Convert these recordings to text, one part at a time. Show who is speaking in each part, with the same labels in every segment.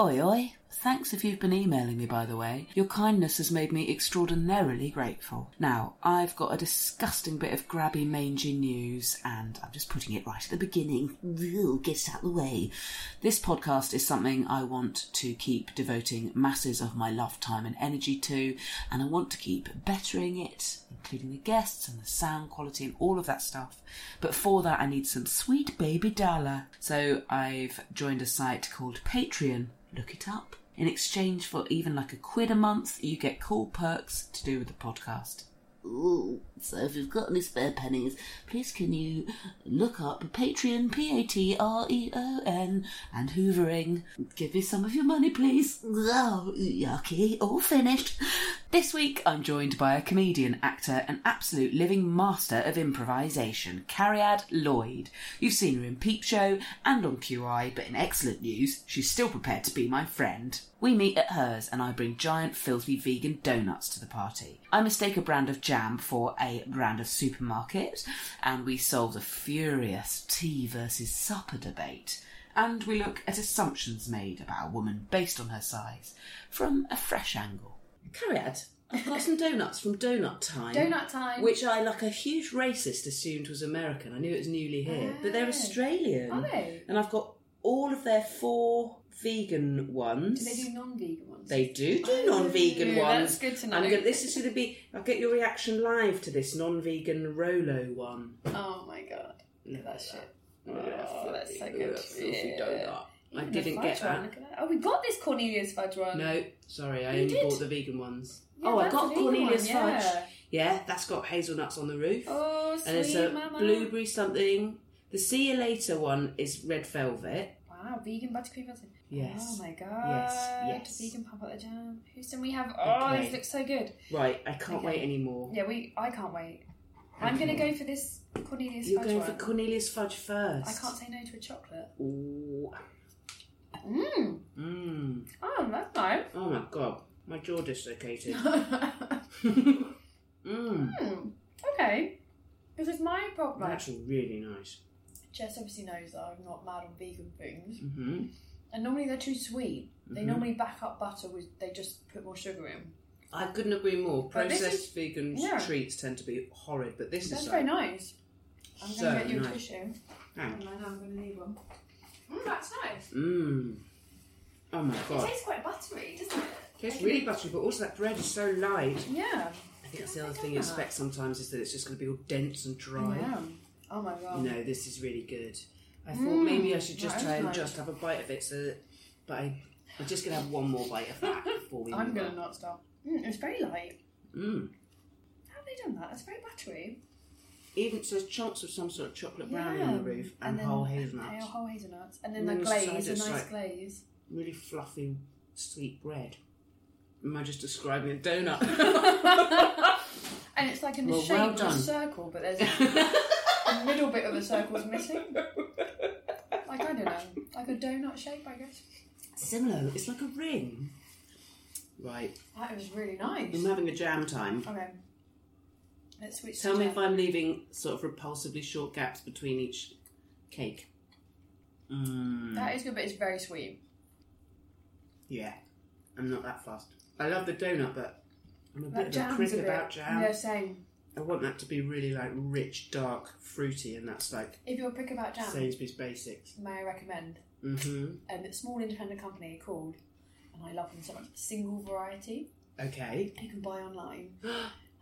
Speaker 1: Oi, oi. Thanks if you've been emailing me, by the way. Your kindness has made me extraordinarily grateful. Now, I've got a disgusting bit of grabby, mangy news, and I'm just putting it right at the beginning. Ugh, Get it out the way. This podcast is something I want to keep devoting masses of my love, time, and energy to, and I want to keep bettering it, including the guests and the sound quality and all of that stuff. But for that, I need some sweet baby dollar. So I've joined a site called Patreon look it up. In exchange for even like a quid a month, you get cool perks to do with the podcast. Ooh, so if you've got any spare pennies, please can you look up Patreon, P A T R E O N, and Hoovering. Give me some of your money, please. Oh, yucky, all finished. This week I'm joined by a comedian, actor, and absolute living master of improvisation, Cariad Lloyd. You've seen her in Peep Show and on QI, but in excellent news, she's still prepared to be my friend. We meet at hers, and I bring giant, filthy vegan donuts to the party. I mistake a brand of jam for a brand of supermarket, and we solve the furious tea versus supper debate. And we look at assumptions made about a woman based on her size from a fresh angle. Cariad, I've got some donuts from Donut Time.
Speaker 2: Donut Time.
Speaker 1: Which I, like a huge racist, assumed was American. I knew it was newly here, but they're
Speaker 2: Oh.
Speaker 1: Australian.
Speaker 2: Are they?
Speaker 1: And I've got all of their four vegan ones.
Speaker 2: Do they do non-vegan ones?
Speaker 1: They do do
Speaker 2: Oh,
Speaker 1: non-vegan ones.
Speaker 2: That's good to know.
Speaker 1: I'm gonna, this is going to be. I'll get your reaction live to this non-vegan Rolo one.
Speaker 2: Oh my god.
Speaker 1: Look at
Speaker 2: That
Speaker 1: that.
Speaker 2: shit.
Speaker 1: Look at that
Speaker 2: Oh, that's so
Speaker 1: filthy-
Speaker 2: good.
Speaker 1: look at that filthy
Speaker 2: Yeah.
Speaker 1: donut. I
Speaker 2: Even the
Speaker 1: didn't
Speaker 2: fudge
Speaker 1: get
Speaker 2: one,
Speaker 1: that.
Speaker 2: look at Oh, we got this Cornelius fudge one.
Speaker 1: No, sorry, I
Speaker 2: You
Speaker 1: only
Speaker 2: did?
Speaker 1: bought the vegan ones.
Speaker 2: Yeah,
Speaker 1: oh, I
Speaker 2: that's
Speaker 1: got
Speaker 2: the vegan
Speaker 1: Cornelius
Speaker 2: one, yeah.
Speaker 1: fudge. Yeah, that's got hazelnuts on the roof.
Speaker 2: Oh, sweet
Speaker 1: and it's a
Speaker 2: mama.
Speaker 1: blueberry something. The see you later one is red velvet.
Speaker 2: Wow, vegan buttercream fudge.
Speaker 1: Yes.
Speaker 2: Oh my god.
Speaker 1: Yes, yes.
Speaker 2: Vegan pop butter jam. Houston, we have. Oh,
Speaker 1: Okay.
Speaker 2: these look so good.
Speaker 1: Right, I can't
Speaker 2: Okay.
Speaker 1: wait anymore.
Speaker 2: Yeah, we. I can't wait. I'm
Speaker 1: Okay.
Speaker 2: gonna go for this Cornelius
Speaker 1: You're
Speaker 2: fudge
Speaker 1: going
Speaker 2: one.
Speaker 1: for Cornelius fudge first.
Speaker 2: I can't say no to a chocolate.
Speaker 1: Ooh.
Speaker 2: Mmm.
Speaker 1: Mmm.
Speaker 2: Oh, that's nice.
Speaker 1: Oh my god, my jaw dislocated.
Speaker 2: mm.
Speaker 1: Mmm.
Speaker 2: Hmm, Okay. This is my problem.
Speaker 1: That's really nice.
Speaker 2: Jess obviously knows that I'm not mad on vegan things.
Speaker 1: Mm.
Speaker 2: Mm-hmm. And normally they're too sweet. They
Speaker 1: Mm-hmm.
Speaker 2: normally back up butter with, they just put more sugar in.
Speaker 1: I couldn't agree more.
Speaker 2: But this
Speaker 1: Processed
Speaker 2: is-
Speaker 1: vegan
Speaker 2: yeah.
Speaker 1: treats tend to be horrid, but this
Speaker 2: That's
Speaker 1: is
Speaker 2: very
Speaker 1: like-
Speaker 2: nice. I'm going to
Speaker 1: So
Speaker 2: get you
Speaker 1: nice.
Speaker 2: a tissue.
Speaker 1: Thank
Speaker 2: And
Speaker 1: you.
Speaker 2: I know I'm going to need one. Mm, that's nice.
Speaker 1: Mmm. Oh my
Speaker 2: It
Speaker 1: god.
Speaker 2: tastes quite buttery, doesn't it?
Speaker 1: It's really buttery, but also that bread is so light.
Speaker 2: Yeah.
Speaker 1: I think that's the other thing you expect sometimes is that it's just going to be all dense and dry.
Speaker 2: Yeah. Oh my god.
Speaker 1: No, this is really good. I thought maybe I should just
Speaker 2: Mm. that
Speaker 1: try
Speaker 2: is
Speaker 1: and
Speaker 2: nice.
Speaker 1: just have a bite of it, so that, but I, I'm just going to have one more bite of that before we
Speaker 2: I'm
Speaker 1: move
Speaker 2: going
Speaker 1: on.
Speaker 2: to not stop. Mm, it's very light.
Speaker 1: Mm.
Speaker 2: How have they done that? It's very buttery.
Speaker 1: Even so, there's chunks of some sort of chocolate brownie on the roof and,
Speaker 2: then-
Speaker 1: whole
Speaker 2: Yeah,
Speaker 1: hazelnuts.
Speaker 2: whole hazelnuts. And then
Speaker 1: And
Speaker 2: the
Speaker 1: then the
Speaker 2: glaze,
Speaker 1: side
Speaker 2: a
Speaker 1: is
Speaker 2: nice
Speaker 1: like-
Speaker 2: glaze.
Speaker 1: Really fluffy, sweet bread. Am I just describing a donut?
Speaker 2: And it's like in the
Speaker 1: Well,
Speaker 2: shape
Speaker 1: well
Speaker 2: of a
Speaker 1: done.
Speaker 2: circle, but there's a, a middle bit of a circle's missing. Like I don't know, like a donut shape, I guess.
Speaker 1: Similar. It's like a ring. Right.
Speaker 2: That was really nice.
Speaker 1: I'm having a jam time.
Speaker 2: Okay, let's switch.
Speaker 1: Tell
Speaker 2: to
Speaker 1: me
Speaker 2: jam.
Speaker 1: if I'm leaving sort of repulsively short gaps between each cake. Mm,
Speaker 2: That is good, but it's very sweet.
Speaker 1: yeah. I'm not that fast. I love the donut, but I'm a
Speaker 2: That
Speaker 1: bit of a
Speaker 2: jam's
Speaker 1: prick
Speaker 2: a bit.
Speaker 1: about jam.
Speaker 2: Yeah, same.
Speaker 1: I want that to be really like rich, dark, fruity, and that's like
Speaker 2: If you're a prick about jam,
Speaker 1: Sainsbury's basics.
Speaker 2: may I recommend
Speaker 1: Mm-hmm.
Speaker 2: um, a small independent company called, and I love them so much, Single Variety.
Speaker 1: Okay.
Speaker 2: you can buy online.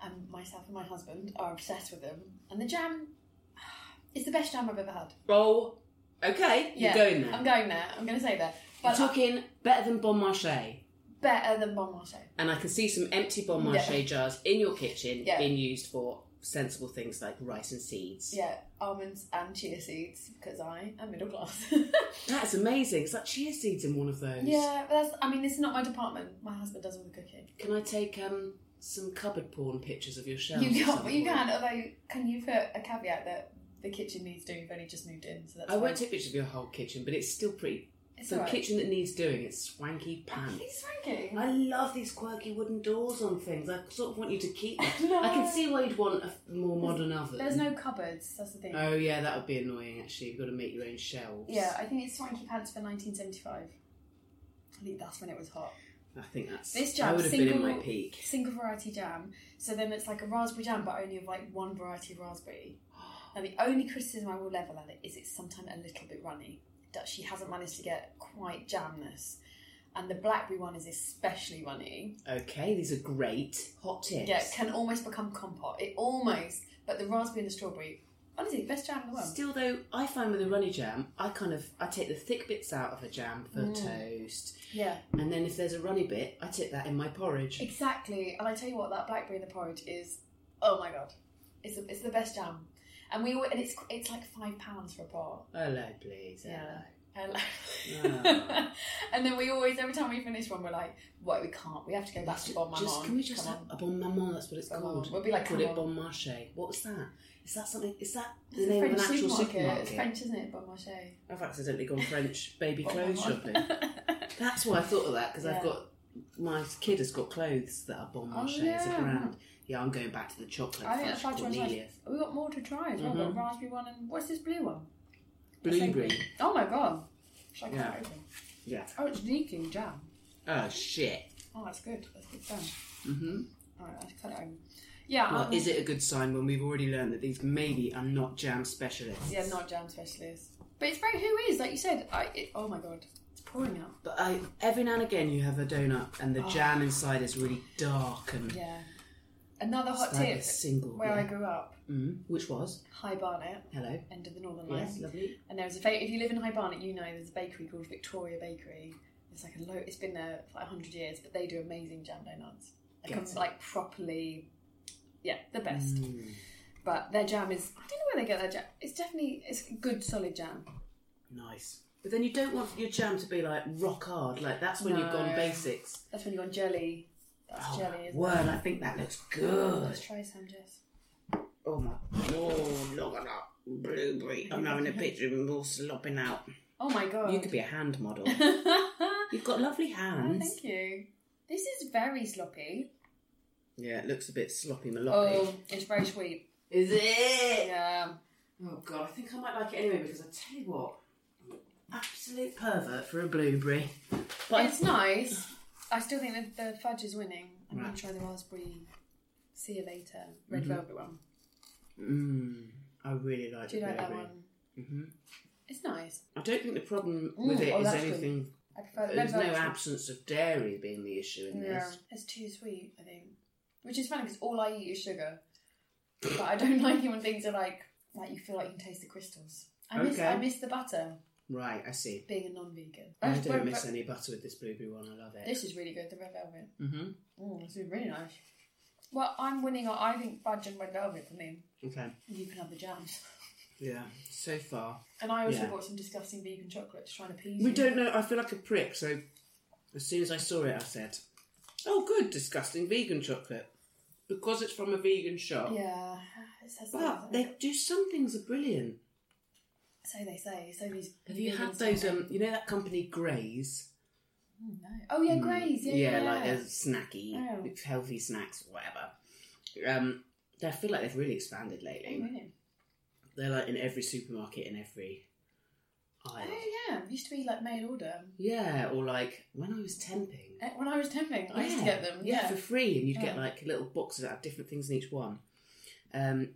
Speaker 2: and myself and my husband are obsessed with them. And the jam is the best jam I've ever had.
Speaker 1: Roll. Okay.
Speaker 2: Yeah,
Speaker 1: You're going there.
Speaker 2: I'm going there. I'm going to say that. But
Speaker 1: You're talking better than Bon Marché.
Speaker 2: better than Bon Marché.
Speaker 1: and I can see some empty Bon Marché
Speaker 2: Yeah.
Speaker 1: jars in your kitchen
Speaker 2: Yeah.
Speaker 1: being used for sensible things like rice and seeds.
Speaker 2: Yeah, almonds and chia seeds because I am middle class.
Speaker 1: That's amazing. It's like chia seeds in one of those.
Speaker 2: yeah, but that's. I mean, this is not my department. My husband does all the cooking.
Speaker 1: Can I take um, some cupboard porn pictures of your shelves?
Speaker 2: you
Speaker 1: at some
Speaker 2: can, you
Speaker 1: point?
Speaker 2: can. Although, can you put a caveat that the kitchen needs doing? You've only just moved in, so that's.
Speaker 1: I won't
Speaker 2: fine.
Speaker 1: take pictures of your whole kitchen, but it's still pretty.
Speaker 2: It's
Speaker 1: the
Speaker 2: alright.
Speaker 1: kitchen that needs doing it's swanky pants.
Speaker 2: He's ranking.
Speaker 1: I love these quirky wooden doors on things. I sort of want you to keep. I can see why you'd want a f- more modern oven.
Speaker 2: There's no cupboards. That's the thing.
Speaker 1: Oh yeah, that would be annoying. Actually, you've got to make your own shelves.
Speaker 2: Yeah, I think it's Swanky Pants for 1975. I think that's when it was hot.
Speaker 1: I think that's.
Speaker 2: This
Speaker 1: I
Speaker 2: jam,
Speaker 1: would have
Speaker 2: single,
Speaker 1: been in my peak.
Speaker 2: single variety jam. So then it's like a raspberry jam, but only of like one variety of raspberry. Now the only criticism I will level at it is it's sometimes a little bit runny. That she hasn't managed to get quite jamness, and the blackberry one is especially runny.
Speaker 1: Okay, these are great hot tips.
Speaker 2: Yeah, it can almost become compote. It almost, but the raspberry and the strawberry, honestly, best jam in the world.
Speaker 1: Still though, I find with a runny jam, I kind of I take the thick bits out of a jam for toast,
Speaker 2: yeah.
Speaker 1: and then if there's a runny bit, I tip that in my porridge.
Speaker 2: Exactly, and I tell you what, that blackberry in the porridge is, oh my god, it's the, it's the best jam, and we alwa- and it's it's like five pounds for a pot.
Speaker 1: Hello, please. Hello.
Speaker 2: Yeah. And like- and then we always, every time we finish one, we're like, "What? We can't. We have to go back to Bon Maman."
Speaker 1: Just can we just
Speaker 2: Come
Speaker 1: have
Speaker 2: on.
Speaker 1: a bon maman? That's what it's
Speaker 2: Bon
Speaker 1: called.
Speaker 2: Maman. We'll be like,
Speaker 1: called
Speaker 2: come
Speaker 1: it
Speaker 2: on.
Speaker 1: bon marché. What's that? Is that something? Is that the
Speaker 2: It's a
Speaker 1: name of an
Speaker 2: French
Speaker 1: actual
Speaker 2: supermarket.
Speaker 1: supermarket?
Speaker 2: It's French, isn't it? Bon Marché.
Speaker 1: I've accidentally gone French baby
Speaker 2: Bon
Speaker 1: clothes shopping.
Speaker 2: Maman.
Speaker 1: That's why I thought of that because I've
Speaker 2: Yeah. Oh,
Speaker 1: got my kid has got clothes that are bon marché as a
Speaker 2: yeah.
Speaker 1: brand. Yeah, I'm going back to the chocolate.
Speaker 2: I think that's
Speaker 1: fudge
Speaker 2: five twenty
Speaker 1: Cornelia.
Speaker 2: five. We got more to try as well.
Speaker 1: Mm-hmm.
Speaker 2: We've got raspberry one and what's this blue one?
Speaker 1: Blueberry.
Speaker 2: Oh my god! Should I cut
Speaker 1: Yeah.
Speaker 2: it open?
Speaker 1: Yeah.
Speaker 2: Oh, it's leaking jam.
Speaker 1: Oh shit.
Speaker 2: Oh, that's good. That's good jam. Mhm. All right, I'll cut it open. Yeah.
Speaker 1: Well,
Speaker 2: um,
Speaker 1: Mm-hmm. is it a good sign when we've already learned that these maybe are not jam specialists?
Speaker 2: Yeah, not jam specialist. But it's very who is, like you said. I, it, oh my god, it's pouring out.
Speaker 1: But I, every now and again, you have a donut, and the jam inside is really dark and
Speaker 2: Yeah. Another hot
Speaker 1: It's like
Speaker 2: tip.
Speaker 1: a single,
Speaker 2: where
Speaker 1: yeah.
Speaker 2: I grew up,
Speaker 1: Mm, which was
Speaker 2: High Barnet,
Speaker 1: hello.
Speaker 2: end of the Northern
Speaker 1: Yes,
Speaker 2: Line.
Speaker 1: lovely.
Speaker 2: And there was a fa- if you live in High Barnet, you know there's a bakery called Victoria Bakery. It's like a low. It's been there for like hundred years, but they do amazing jam donuts. Like,
Speaker 1: Get
Speaker 2: um,
Speaker 1: it. Mm.
Speaker 2: like properly, yeah, the best. But their jam is. I don't know where they get their jam. It's definitely it's good solid jam.
Speaker 1: Nice. But then you don't want your jam to be like rock hard. Like that's when you've gone
Speaker 2: No.
Speaker 1: basics.
Speaker 2: That's when you want jelly. That's
Speaker 1: Oh,
Speaker 2: jelly.
Speaker 1: my
Speaker 2: Isn't
Speaker 1: word,
Speaker 2: it?
Speaker 1: I think that looks good.
Speaker 2: Let's try some, Jess.
Speaker 1: Oh my. Oh, look at that blueberry. I'm having a picture of them all slopping out.
Speaker 2: Oh my god.
Speaker 1: You could be a hand model. You've got lovely
Speaker 2: Oh,
Speaker 1: hands.
Speaker 2: thank you. This is very sloppy.
Speaker 1: Yeah, it looks a bit sloppy maloppy.
Speaker 2: Oh, it's very sweet.
Speaker 1: Is it?
Speaker 2: Yeah.
Speaker 1: Oh god, I think I might like it anyway because I tell you what, I'm an absolute pervert for a blueberry. But
Speaker 2: it's nice. I still think that the fudge is winning. I'm going to try the raspberry. See you later. Red
Speaker 1: Mm-hmm.
Speaker 2: velvet one.
Speaker 1: Mm, I really like
Speaker 2: Do
Speaker 1: the
Speaker 2: you like that
Speaker 1: blueberry.
Speaker 2: one?
Speaker 1: Mm-hmm.
Speaker 2: It's nice.
Speaker 1: I don't think the problem
Speaker 2: Mm,
Speaker 1: with it
Speaker 2: oh,
Speaker 1: is
Speaker 2: that's good.
Speaker 1: anything.
Speaker 2: I prefer the red
Speaker 1: There's no
Speaker 2: velvet.
Speaker 1: absence of dairy being the issue in
Speaker 2: Yeah,
Speaker 1: this.
Speaker 2: it's too sweet. I think, which is funny because all I eat is sugar, but I don't like it when things are like like you feel like you can taste the crystals. I miss
Speaker 1: Okay.
Speaker 2: I miss the butter
Speaker 1: Right, I see.
Speaker 2: being a non-vegan.
Speaker 1: I
Speaker 2: Uh,
Speaker 1: don't
Speaker 2: but-
Speaker 1: miss
Speaker 2: but-
Speaker 1: any butter with this blueberry one. I love it.
Speaker 2: This is really good. The red velvet.
Speaker 1: Mm-hmm.
Speaker 2: Oh, this is really nice. Well, I'm winning. on- I think fudge and red velvet for me.
Speaker 1: Okay.
Speaker 2: You can have the jams.
Speaker 1: Yeah. So far,
Speaker 2: And I also
Speaker 1: Yeah.
Speaker 2: bought some disgusting vegan chocolate to try and appease.
Speaker 1: we
Speaker 2: you.
Speaker 1: don't know. I feel like a prick. So as soon as I saw it, I said, "Oh, good, disgusting vegan chocolate," because it's from a vegan shop.
Speaker 2: Yeah, it says
Speaker 1: But
Speaker 2: that.
Speaker 1: they do some things are brilliant.
Speaker 2: So they say. So these.
Speaker 1: Have you
Speaker 2: vegans
Speaker 1: had those?
Speaker 2: say.
Speaker 1: Um, you know that company Grays.
Speaker 2: Mm, no. Oh yeah, Grays. Yeah, yeah,
Speaker 1: like they're snacky,
Speaker 2: Oh.
Speaker 1: with healthy snacks, whatever. Um, I feel like they've really expanded
Speaker 2: Oh,
Speaker 1: lately.
Speaker 2: really?
Speaker 1: They're like in every supermarket, in every aisle.
Speaker 2: Oh yeah, it used to be like mail order.
Speaker 1: Yeah, or like when I was temping,
Speaker 2: Uh, When I was temping, I used to get them. Yeah.
Speaker 1: for free, and you'd get
Speaker 2: Yeah.
Speaker 1: like little boxes that have different things in each one. Um,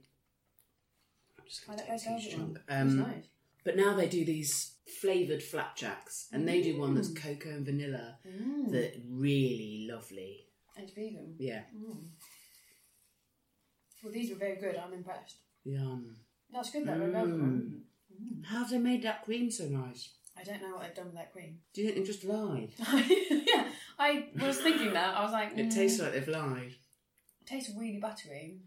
Speaker 1: I'm just
Speaker 2: I
Speaker 1: going to
Speaker 2: like
Speaker 1: take
Speaker 2: those
Speaker 1: a huge chunk.
Speaker 2: velvet ones. It's
Speaker 1: Um,
Speaker 2: nice.
Speaker 1: But now they do these flavoured flapjacks, and they do one that's
Speaker 2: Mm.
Speaker 1: cocoa and vanilla, that really lovely.
Speaker 2: It's vegan.
Speaker 1: Yeah,
Speaker 2: Mm. Well, these were very good. I'm impressed.
Speaker 1: yum.
Speaker 2: That's good though. I love
Speaker 1: Mm.
Speaker 2: them.
Speaker 1: How have they made that cream so nice?
Speaker 2: I don't know what they've done with that cream.
Speaker 1: Do you think they just lied?
Speaker 2: yeah, I was thinking that. I was like,
Speaker 1: It
Speaker 2: mm,
Speaker 1: tastes like they've lied.
Speaker 2: tastes really buttery,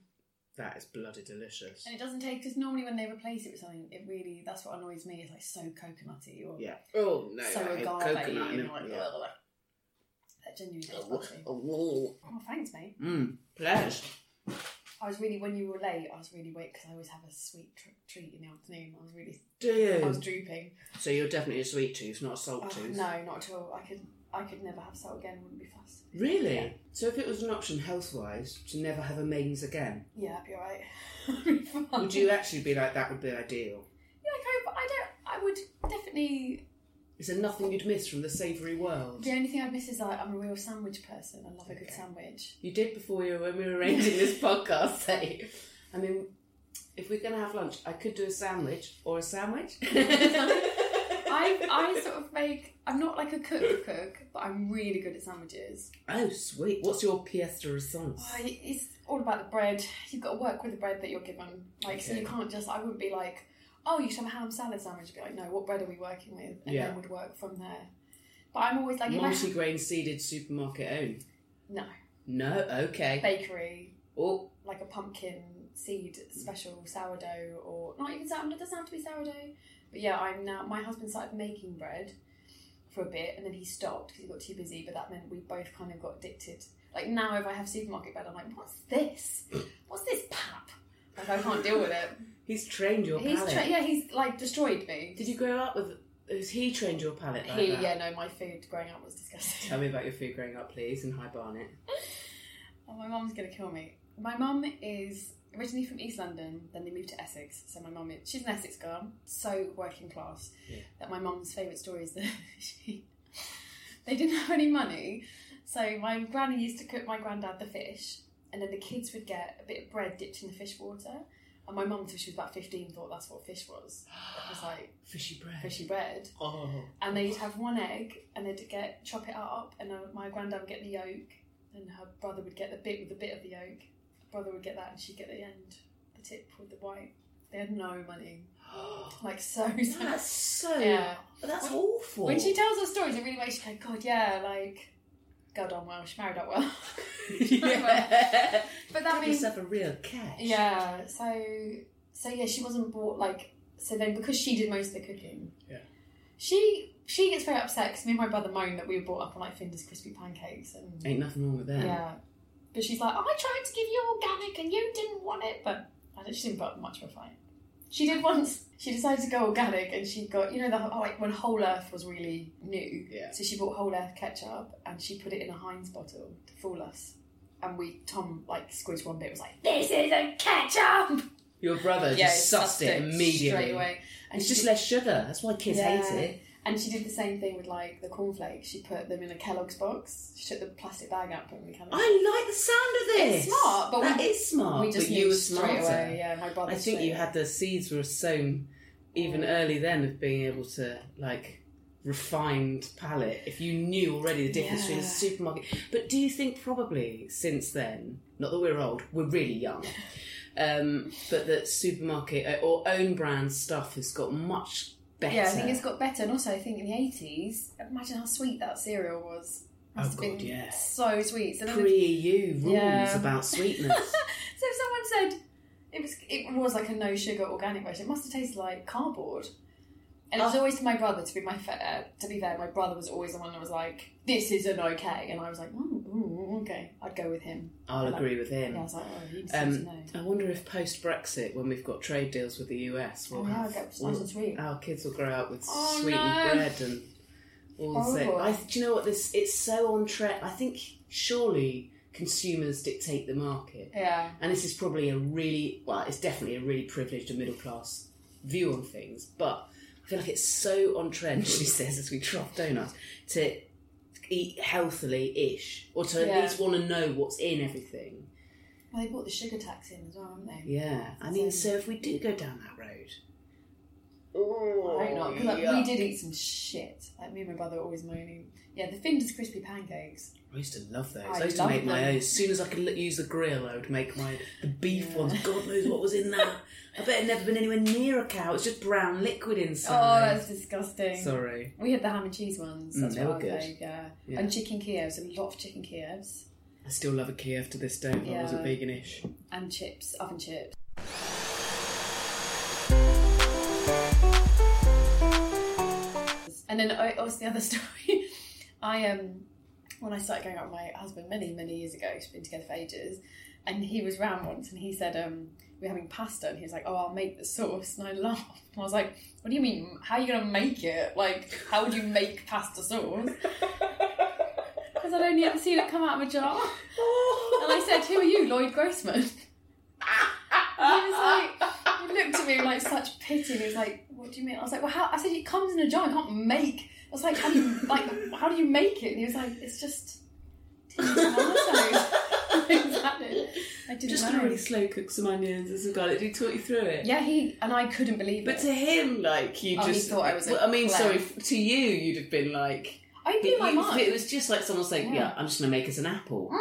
Speaker 1: That is bloody delicious.
Speaker 2: and it doesn't taste because normally when they replace it with something, it really that's what annoys me. It's like so coconutty or
Speaker 1: Yeah. Oh no.
Speaker 2: so
Speaker 1: I hate
Speaker 2: agave.
Speaker 1: coconut.
Speaker 2: and
Speaker 1: in it.
Speaker 2: like,
Speaker 1: yeah.
Speaker 2: ugh. That genuinely tastes
Speaker 1: Oh,
Speaker 2: buttery.
Speaker 1: oh,
Speaker 2: Oh, thanks, mate.
Speaker 1: Mm, pleasure.
Speaker 2: I was really when you were late. I was really wait because I always have a sweet tr- treat in the afternoon. I was really I was
Speaker 1: Dude.
Speaker 2: drooping.
Speaker 1: So you're definitely a sweet tooth, not a salt
Speaker 2: Oh,
Speaker 1: tooth.
Speaker 2: no, not at all. I could I could never have salt again. Wouldn't be fussed.
Speaker 1: Really?
Speaker 2: Yeah.
Speaker 1: So if it was an option health wise to never have a mains again,
Speaker 2: Yeah, I'd be alright. I'd be fine.
Speaker 1: would you actually be like that would be ideal?
Speaker 2: Yeah, I could, but I don't. I would definitely.
Speaker 1: Is there nothing you'd miss from the savoury world?
Speaker 2: The only thing I miss is like I'm a real sandwich person. I love a good
Speaker 1: Okay.
Speaker 2: sandwich.
Speaker 1: You did before you when we were arranging this podcast, say. I mean, if we're gonna have lunch, I could do a sandwich or a sandwich.
Speaker 2: I I sort of make. I'm not like a cook cook, but I'm really good at sandwiches.
Speaker 1: oh sweet. What's your pièce de resistance?
Speaker 2: Oh, it's all about the bread. You've got to work with the bread that you're given. Like, so you
Speaker 1: Okay.
Speaker 2: can't just. I wouldn't be like, oh, you should have a ham salad sandwich. You'd be like, no, what bread are we working with? And
Speaker 1: Yeah.
Speaker 2: then would work from there. But I'm always like, if I-
Speaker 1: Multi grain seeded supermarket own.
Speaker 2: no
Speaker 1: No, okay.
Speaker 2: bakery,
Speaker 1: Oh
Speaker 2: like a pumpkin seed special sourdough, or not even sourdough. It doesn't have to be sourdough. But yeah, I'm now. My husband started making bread for a bit, and then he stopped because he got too busy. But that meant we both kind of got addicted. Like now, if I have supermarket bread, I'm like, what's this? What's this pap? Like I can't deal with it.
Speaker 1: he's trained your
Speaker 2: He's
Speaker 1: palate.
Speaker 2: tra- yeah, he's like destroyed me.
Speaker 1: Did you grow up with has he trained your palate like
Speaker 2: He
Speaker 1: that?
Speaker 2: yeah no, my food growing up was disgusting.
Speaker 1: Tell me about your food growing up, please, in High Barnet.
Speaker 2: Oh, my mum's gonna kill me. My mum is originally from East London, then they moved to Essex. So my mum, is- she's an Essex girl, so working class. That my mum's favourite story is that she, they didn't have any money, so my granny used to cook my granddad the fish, and then the kids would get a bit of bread dipped in the fish water. And my mum, till she was about fifteen, thought that's what fish was. It was like
Speaker 1: Fishy bread.
Speaker 2: fishy bread.
Speaker 1: Oh.
Speaker 2: and they'd have one egg and they'd get chop it up and uh, my granddad would get the yolk and her brother would get the bit with the bit of the yolk her brother would get that and she'd get the end the tip with the white they had no money like so sad.
Speaker 1: That's so
Speaker 2: Yeah.
Speaker 1: that's
Speaker 2: When-
Speaker 1: awful.
Speaker 2: when she tells her stories it really makes you go god yeah like got on well she married up well
Speaker 1: yeah.
Speaker 2: but that
Speaker 1: Have
Speaker 2: means
Speaker 1: yourself a real catch.
Speaker 2: yeah so so yeah she wasn't bought like so then because she did most of the cooking
Speaker 1: Yeah.
Speaker 2: she she gets very upset because me and my brother moan that we were brought up on like Finder's crispy pancakes and
Speaker 1: Ain't nothing wrong with that.
Speaker 2: Yeah. But she's like, I tried to give you organic and you didn't want it, but I don't, she didn't put up much of a fight. She did once. She decided to go organic and she got, you know, the, oh, like when Whole Earth was really new.
Speaker 1: Yeah.
Speaker 2: So she bought Whole Earth ketchup and she put it in a Heinz bottle to fool us. And we, Tom, like squeezed one bit, was like, This isn't ketchup!
Speaker 1: Your brother
Speaker 2: Yeah,
Speaker 1: just sussed it immediately.
Speaker 2: straight away. And
Speaker 1: It's
Speaker 2: she
Speaker 1: just
Speaker 2: did-
Speaker 1: less sugar. That's why kids
Speaker 2: Yeah.
Speaker 1: hate it.
Speaker 2: And she did the same thing with like the cornflakes. She put them in a Kellogg's box. She took the plastic bag out, put them in the Kellogg's.
Speaker 1: I like the sound of this.
Speaker 2: It's smart, but
Speaker 1: that
Speaker 2: we-
Speaker 1: is smart.
Speaker 2: we just
Speaker 1: but
Speaker 2: knew
Speaker 1: you were
Speaker 2: straight
Speaker 1: smarter.
Speaker 2: away, yeah, my brother
Speaker 1: I think
Speaker 2: straight
Speaker 1: you had the seeds were sown even early then of being able to like refined palate if you knew already the difference between a
Speaker 2: Yeah.
Speaker 1: supermarket. But do you think probably since then, not that we're old, we're really young. Um, but that supermarket uh, or own brand stuff has got much better.
Speaker 2: Yeah, I think it's got better. And also, I think in the eighties, imagine how sweet that cereal was. Must
Speaker 1: Oh,
Speaker 2: have
Speaker 1: God,
Speaker 2: been
Speaker 1: yeah.
Speaker 2: so sweet. So then
Speaker 1: pre EU rules
Speaker 2: Yeah.
Speaker 1: about sweetness.
Speaker 2: So if someone said it was it was like a no sugar organic version, it must have tasted like cardboard. And it was
Speaker 1: Oh.
Speaker 2: always my brother to be my fa- uh, to be fair. My brother was always the one that was like, "This isn't okay," and I was like, "Mm, mm, "Okay, I'd go with him."
Speaker 1: I'll
Speaker 2: And I-
Speaker 1: agree with him.
Speaker 2: Yeah, I was like, "Oh, he just seems to
Speaker 1: Um,
Speaker 2: know."
Speaker 1: I wonder if post Brexit, when we've got trade deals with the US, we'll
Speaker 2: Oh, yeah,
Speaker 1: have,
Speaker 2: get nice and sweet.
Speaker 1: our kids will grow up with
Speaker 2: Oh,
Speaker 1: sweetened
Speaker 2: no.
Speaker 1: bread and all the same.
Speaker 2: Horrible.
Speaker 1: I, do you know what this? It's so on trend. I think surely consumers dictate the market,
Speaker 2: Yeah,
Speaker 1: and this is probably a really well, it's definitely a really privileged and middle class view on things, but. I feel like it's so on trend, she says, as we trough donuts, to eat healthily ish, or to at
Speaker 2: Yeah.
Speaker 1: least want to know what's in everything.
Speaker 2: well, they brought the sugar tax in as well, haven't they?
Speaker 1: Yeah, I mean, so if we do go down that road,
Speaker 2: I hope not, 'cause, like,
Speaker 1: Oh, yuck.
Speaker 2: we did eat some shit. Like me and my brother were always moaning. Yeah, the Finder's crispy pancakes.
Speaker 1: I used to love those. I,
Speaker 2: I
Speaker 1: used to
Speaker 2: love
Speaker 1: make my
Speaker 2: them.
Speaker 1: own. As soon as I could l- use the grill, I would make my the beef ones. God knows what was in that. I bet it never been anywhere near a cow. It's just brown liquid
Speaker 2: Oh,
Speaker 1: inside.
Speaker 2: that's disgusting.
Speaker 1: Sorry.
Speaker 2: We had the ham and cheese ones.
Speaker 1: Mm,
Speaker 2: That's
Speaker 1: they
Speaker 2: what
Speaker 1: were
Speaker 2: I would
Speaker 1: good.
Speaker 2: say, yeah.
Speaker 1: Yeah.
Speaker 2: And chicken Kievs, a lot of chicken Kievs.
Speaker 1: I still love a Kiev to this day. If I
Speaker 2: Yeah.
Speaker 1: wasn't veganish.
Speaker 2: And chips, oven chips. And then I also the other story. I um when I started going out with my husband many, many years ago, we've been together for ages, and he was round once and he said, um, we're having pasta and he was like, Oh, I'll make the sauce and I laughed. And I was like, What do you mean? How are you gonna make it? Like, how would you make pasta sauce? Because I'd only ever seen it come out of a jar.
Speaker 1: Oh.
Speaker 2: And I said, Who are you, Lloyd Grossman? And he was like, he looked at me with like such pity. and He was like, What do you mean? I was like, Well, how? I said, It comes in a jar. I can't make. I was like, How do you like? How do you make it? And he was like, It's just tomatoes. exactly. I didn't
Speaker 1: Just
Speaker 2: know.
Speaker 1: gonna really slow cook some onions and some garlic. He taught you through it.
Speaker 2: yeah, he and I couldn't believe
Speaker 1: But
Speaker 2: it.
Speaker 1: to him, like you
Speaker 2: Oh, he
Speaker 1: just
Speaker 2: thought I was a
Speaker 1: Well, I mean,
Speaker 2: clown.
Speaker 1: sorry. f- To you, you'd have been like.
Speaker 2: I blew my
Speaker 1: you-
Speaker 2: mind. Oh,
Speaker 1: It was just like someone saying, "Yeah, I'm just gonna make us an apple,"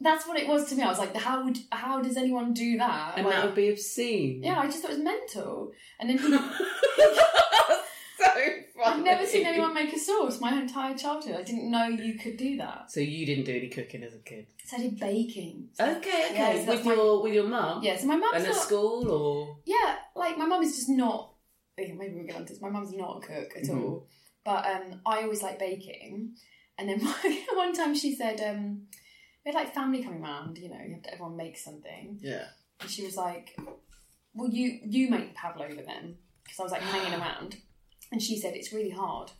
Speaker 2: That's what it was to me. I was like, How would? How does anyone do that?
Speaker 1: and
Speaker 2: Like,
Speaker 1: that would be obscene.
Speaker 2: yeah, I just thought it was mental. And then he
Speaker 1: so
Speaker 2: I've never seen anyone make a sauce my entire childhood. I didn't know you could do that.
Speaker 1: So you didn't do any cooking as a kid.
Speaker 2: So I did baking.
Speaker 1: Okay, okay.
Speaker 2: Yeah, so
Speaker 1: with
Speaker 2: that's my-
Speaker 1: your with your mum.
Speaker 2: Yeah, so my mum's
Speaker 1: And at
Speaker 2: not-
Speaker 1: school or
Speaker 2: Yeah, like my mum is just not. okay, Maybe we'll get onto this. My mum's not a cook at
Speaker 1: Mm-hmm.
Speaker 2: all, but um, I always like baking. And then one time she said, um, "We had like family coming round. You know, you have to everyone make something."
Speaker 1: yeah.
Speaker 2: And she was like, "Well, you you make pavlova then," because I was like hanging around, and she said it's really hard.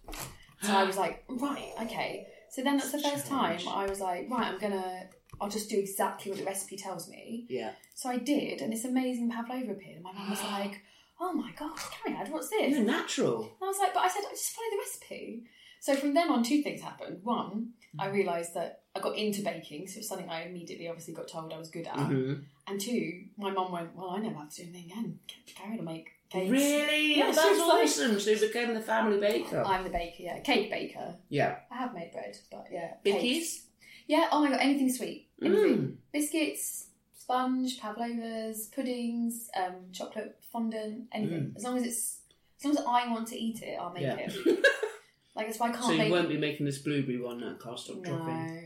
Speaker 2: So I was like, "Right, okay." So then that's the first time I was like, "Right, I'm gonna, I'll just do exactly what the recipe tells me."
Speaker 1: Yeah.
Speaker 2: So I did, and this amazing pavlova appeared. And my mum was like, "Oh my god, Carrie, what's this?"
Speaker 1: You're natural.
Speaker 2: And I was like, but I said, I just follow the recipe. So from then on, two things happened. One, I
Speaker 1: Mm-hmm.
Speaker 2: realised that I got into baking, so it's something I immediately obviously got told I was good at.
Speaker 1: Mm-hmm.
Speaker 2: And two, my mum went, Well, I never have to do anything again. Get Carrie to make cakes.
Speaker 1: Really?
Speaker 2: Yeah, she
Speaker 1: That's
Speaker 2: was like,
Speaker 1: awesome. So you became the family baker.
Speaker 2: I'm the baker, yeah. Cake baker.
Speaker 1: yeah.
Speaker 2: I have made bread, but yeah. cakes.
Speaker 1: Bickies?
Speaker 2: Yeah, oh my god, anything sweet.
Speaker 1: Hmm.
Speaker 2: Anything. Biscuits, sponge, pavlovas, puddings, um, chocolate fondant, anything. As long as it's as long as I want to eat it, I'll make
Speaker 1: Hmm. Yeah.
Speaker 2: it. like that's why I can't
Speaker 1: So you
Speaker 2: make
Speaker 1: won't be making this blueberry one that can't stop dropping.
Speaker 2: No.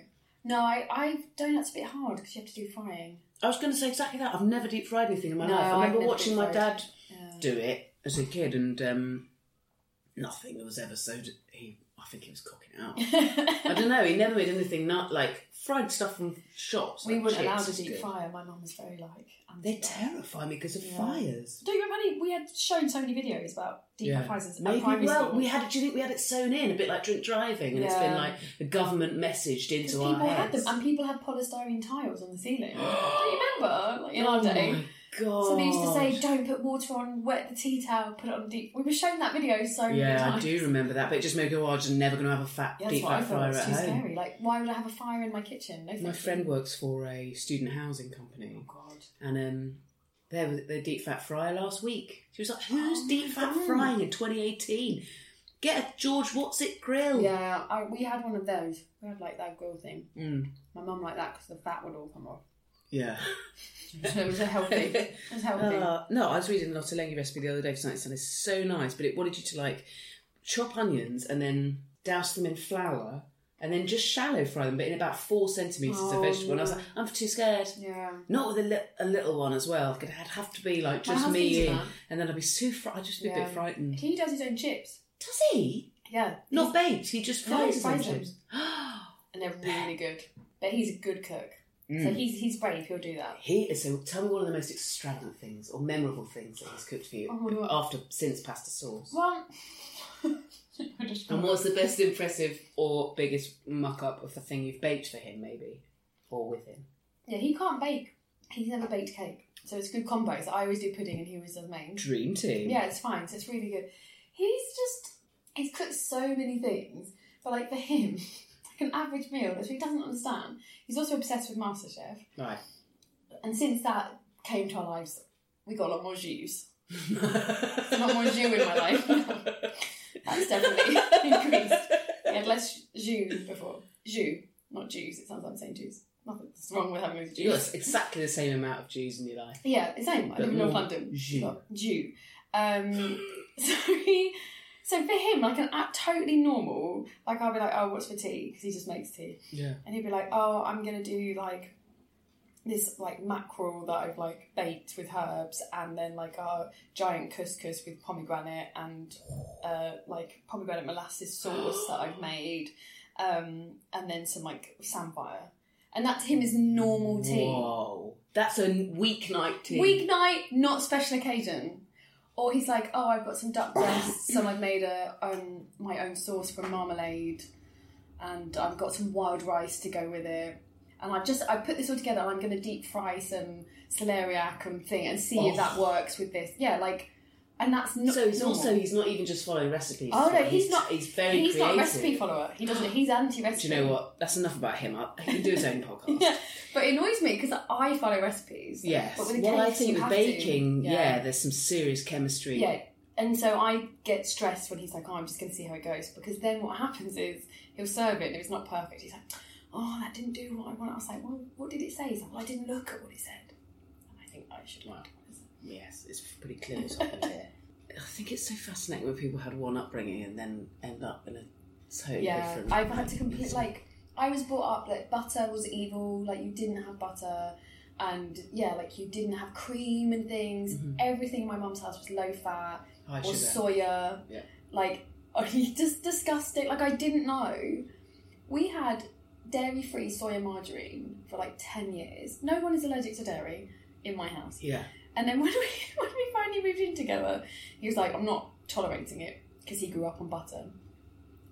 Speaker 2: No, I, I donuts a bit hard because you have to do frying.
Speaker 1: I was going to say exactly that. I've never deep fried anything in my
Speaker 2: No,
Speaker 1: life. I
Speaker 2: I've
Speaker 1: remember
Speaker 2: never
Speaker 1: watching my
Speaker 2: deep fried.
Speaker 1: dad do it as a kid, and um, nothing was ever so. d- He, I think he was cocking it out. I don't know. He never made anything not like fried stuff from shops.
Speaker 2: we
Speaker 1: like
Speaker 2: weren't
Speaker 1: chips
Speaker 2: allowed
Speaker 1: is
Speaker 2: a deep
Speaker 1: good.
Speaker 2: fryer. My mum was very like. anti
Speaker 1: They
Speaker 2: that.
Speaker 1: terrify me because of
Speaker 2: Yeah.
Speaker 1: fires.
Speaker 2: Don't you remember? honey, We had shown so many videos about deep fry fries at
Speaker 1: Maybe,
Speaker 2: primary
Speaker 1: well,
Speaker 2: school.
Speaker 1: we had. Do you think we had it sewn in a bit like drink driving, and it's
Speaker 2: Yeah.
Speaker 1: been like the government messaged
Speaker 2: 'Cause
Speaker 1: into our
Speaker 2: people had
Speaker 1: heads.
Speaker 2: them, and people had polystyrene tiles on the ceiling. Don't you remember? Like, in our
Speaker 1: Oh
Speaker 2: day,
Speaker 1: my God.
Speaker 2: So they used to say, don't put water on, wet the tea towel, put it on deep. We were shown that video so many
Speaker 1: Yeah, I
Speaker 2: times.
Speaker 1: do remember that, but it just made me go, oh, I'm just never going to have a fat
Speaker 2: Yeah, that's
Speaker 1: deep
Speaker 2: what I
Speaker 1: fat
Speaker 2: thought.
Speaker 1: fryer
Speaker 2: It's
Speaker 1: at
Speaker 2: too
Speaker 1: home.
Speaker 2: scary. Like, why would I have a fire in my kitchen? No,
Speaker 1: My
Speaker 2: thank
Speaker 1: friend
Speaker 2: you.
Speaker 1: works for a student housing company.
Speaker 2: God.
Speaker 1: and um, there was the deep fat fryer last week. She was like, "Who's
Speaker 2: Oh,
Speaker 1: deep fat frying in 2018? Get a George What's It grill."
Speaker 2: Yeah, I, we had one of those. We had like that grill thing.
Speaker 1: Mm.
Speaker 2: My mum liked that because the fat would all come off.
Speaker 1: yeah.
Speaker 2: So it was a healthy. It was healthy.
Speaker 1: Uh, no, I was reading a Lottolenghi recipe the other day for something that sounded so nice, but it wanted you to like chop onions and then douse them in flour and then just shallow fry them, but in about four centimeters
Speaker 2: Oh,
Speaker 1: of vegetable. And I was
Speaker 2: no.
Speaker 1: like, I'm too scared.
Speaker 2: yeah.
Speaker 1: Not with a, li- a little one as well. I'd have to be like
Speaker 2: My
Speaker 1: just
Speaker 2: husband
Speaker 1: me,
Speaker 2: did
Speaker 1: in,
Speaker 2: that.
Speaker 1: and then I'd be so fr- I'd just be a
Speaker 2: Yeah.
Speaker 1: bit frightened.
Speaker 2: He does his own chips.
Speaker 1: Does he?
Speaker 2: Yeah.
Speaker 1: Not baked. He just
Speaker 2: No,
Speaker 1: fries
Speaker 2: he
Speaker 1: his own
Speaker 2: fries them.
Speaker 1: chips.
Speaker 2: And they're really good. But he's a good cook. So
Speaker 1: Mm.
Speaker 2: he's, he's brave. He'll do that.
Speaker 1: He is so. Tell me one of the most extravagant things or memorable things that he's cooked for you
Speaker 2: Oh my God.
Speaker 1: after since pasta sauce.
Speaker 2: Well, I just-
Speaker 1: And what's the best impressive or biggest muck up of the thing you've baked for him, maybe, or with him?
Speaker 2: Yeah, he can't bake. He's never baked cake. So it's a good combo. So I always do pudding and he always does main.
Speaker 1: Dream team.
Speaker 2: Yeah, it's fine. So it's really good. He's just he's cooked so many things, but like for him, like an average meal, which he doesn't understand. He's also obsessed with MasterChef,
Speaker 1: Right.
Speaker 2: and since that came to our lives, we got a lot more jus. There's a lot more jus in my life. That's definitely increased. We had less jus before. Jus, not juice. It sounds like I'm saying juice. Nothing's wrong with having a
Speaker 1: You
Speaker 2: juice.
Speaker 1: got exactly the same amount of Jews in your life.
Speaker 2: Yeah, it's same. I
Speaker 1: But
Speaker 2: live in North
Speaker 1: more
Speaker 2: London.
Speaker 1: Jew.
Speaker 2: But Jew. Um, so he, so for him, like an a- totally normal, like I'll be like, oh, what's for tea? Because he just makes tea,
Speaker 1: Yeah.
Speaker 2: and he'd be like, oh, I'm gonna do like this like mackerel that I've like baked with herbs, and then like a giant couscous with pomegranate and uh, like pomegranate molasses sauce that I've made, um, and then some like samphire, and that to him is normal tea.
Speaker 1: Whoa. That's a weeknight tea.
Speaker 2: Weeknight, not special occasion. Or he's like, oh, I've got some duck breasts, so I've made a um, my own sauce from marmalade, and I've got some wild rice to go with it. And I've just I put this all together, and I'm going to deep fry some celeriac and thing, and see if that works with this. Yeah, like, and that's not
Speaker 1: Oh. So he's
Speaker 2: normal.
Speaker 1: also he's not even just following recipes.
Speaker 2: Oh
Speaker 1: as
Speaker 2: no,
Speaker 1: well.
Speaker 2: he's, not.
Speaker 1: He's very
Speaker 2: He's
Speaker 1: creative.
Speaker 2: not a recipe follower. He doesn't. He's anti-recipe.
Speaker 1: Do you know what? That's enough about him. I, he can do his own podcast.
Speaker 2: Yeah, but it annoys me because I follow recipes.
Speaker 1: Yes.
Speaker 2: But with the
Speaker 1: well, I
Speaker 2: cakes, you
Speaker 1: think with
Speaker 2: have to.
Speaker 1: baking, yeah. there's some serious chemistry.
Speaker 2: Yeah, and so I get stressed when he's like, "Oh, I'm just going to see how it goes," because then what happens is he'll serve it, and if it's not perfect, he's like, "Oh, that didn't do what I wanted." I was like, "Well, what did it say?" He's like, "Well, I didn't look at what it said." And I think I should
Speaker 1: Wow.
Speaker 2: like.
Speaker 1: Yes, it's pretty clear what's happened here. I think it's so fascinating when people had one upbringing and then end up in a totally
Speaker 2: Yeah,
Speaker 1: different.
Speaker 2: I've had to compete. Like I was brought up that butter was evil. Like you didn't have butter, and yeah, like you didn't have cream and things.
Speaker 1: Mm-hmm.
Speaker 2: Everything in my mum's house was low fat
Speaker 1: High
Speaker 2: or
Speaker 1: sugar.
Speaker 2: soya.
Speaker 1: Yeah.
Speaker 2: like oh, you just disgusting. Like I didn't know. We had dairy-free soya margarine for like ten years. No one is allergic to dairy in my house.
Speaker 1: Yeah.
Speaker 2: And then when we when we finally moved in together, he was like, "I'm not tolerating it," because he grew up on butter.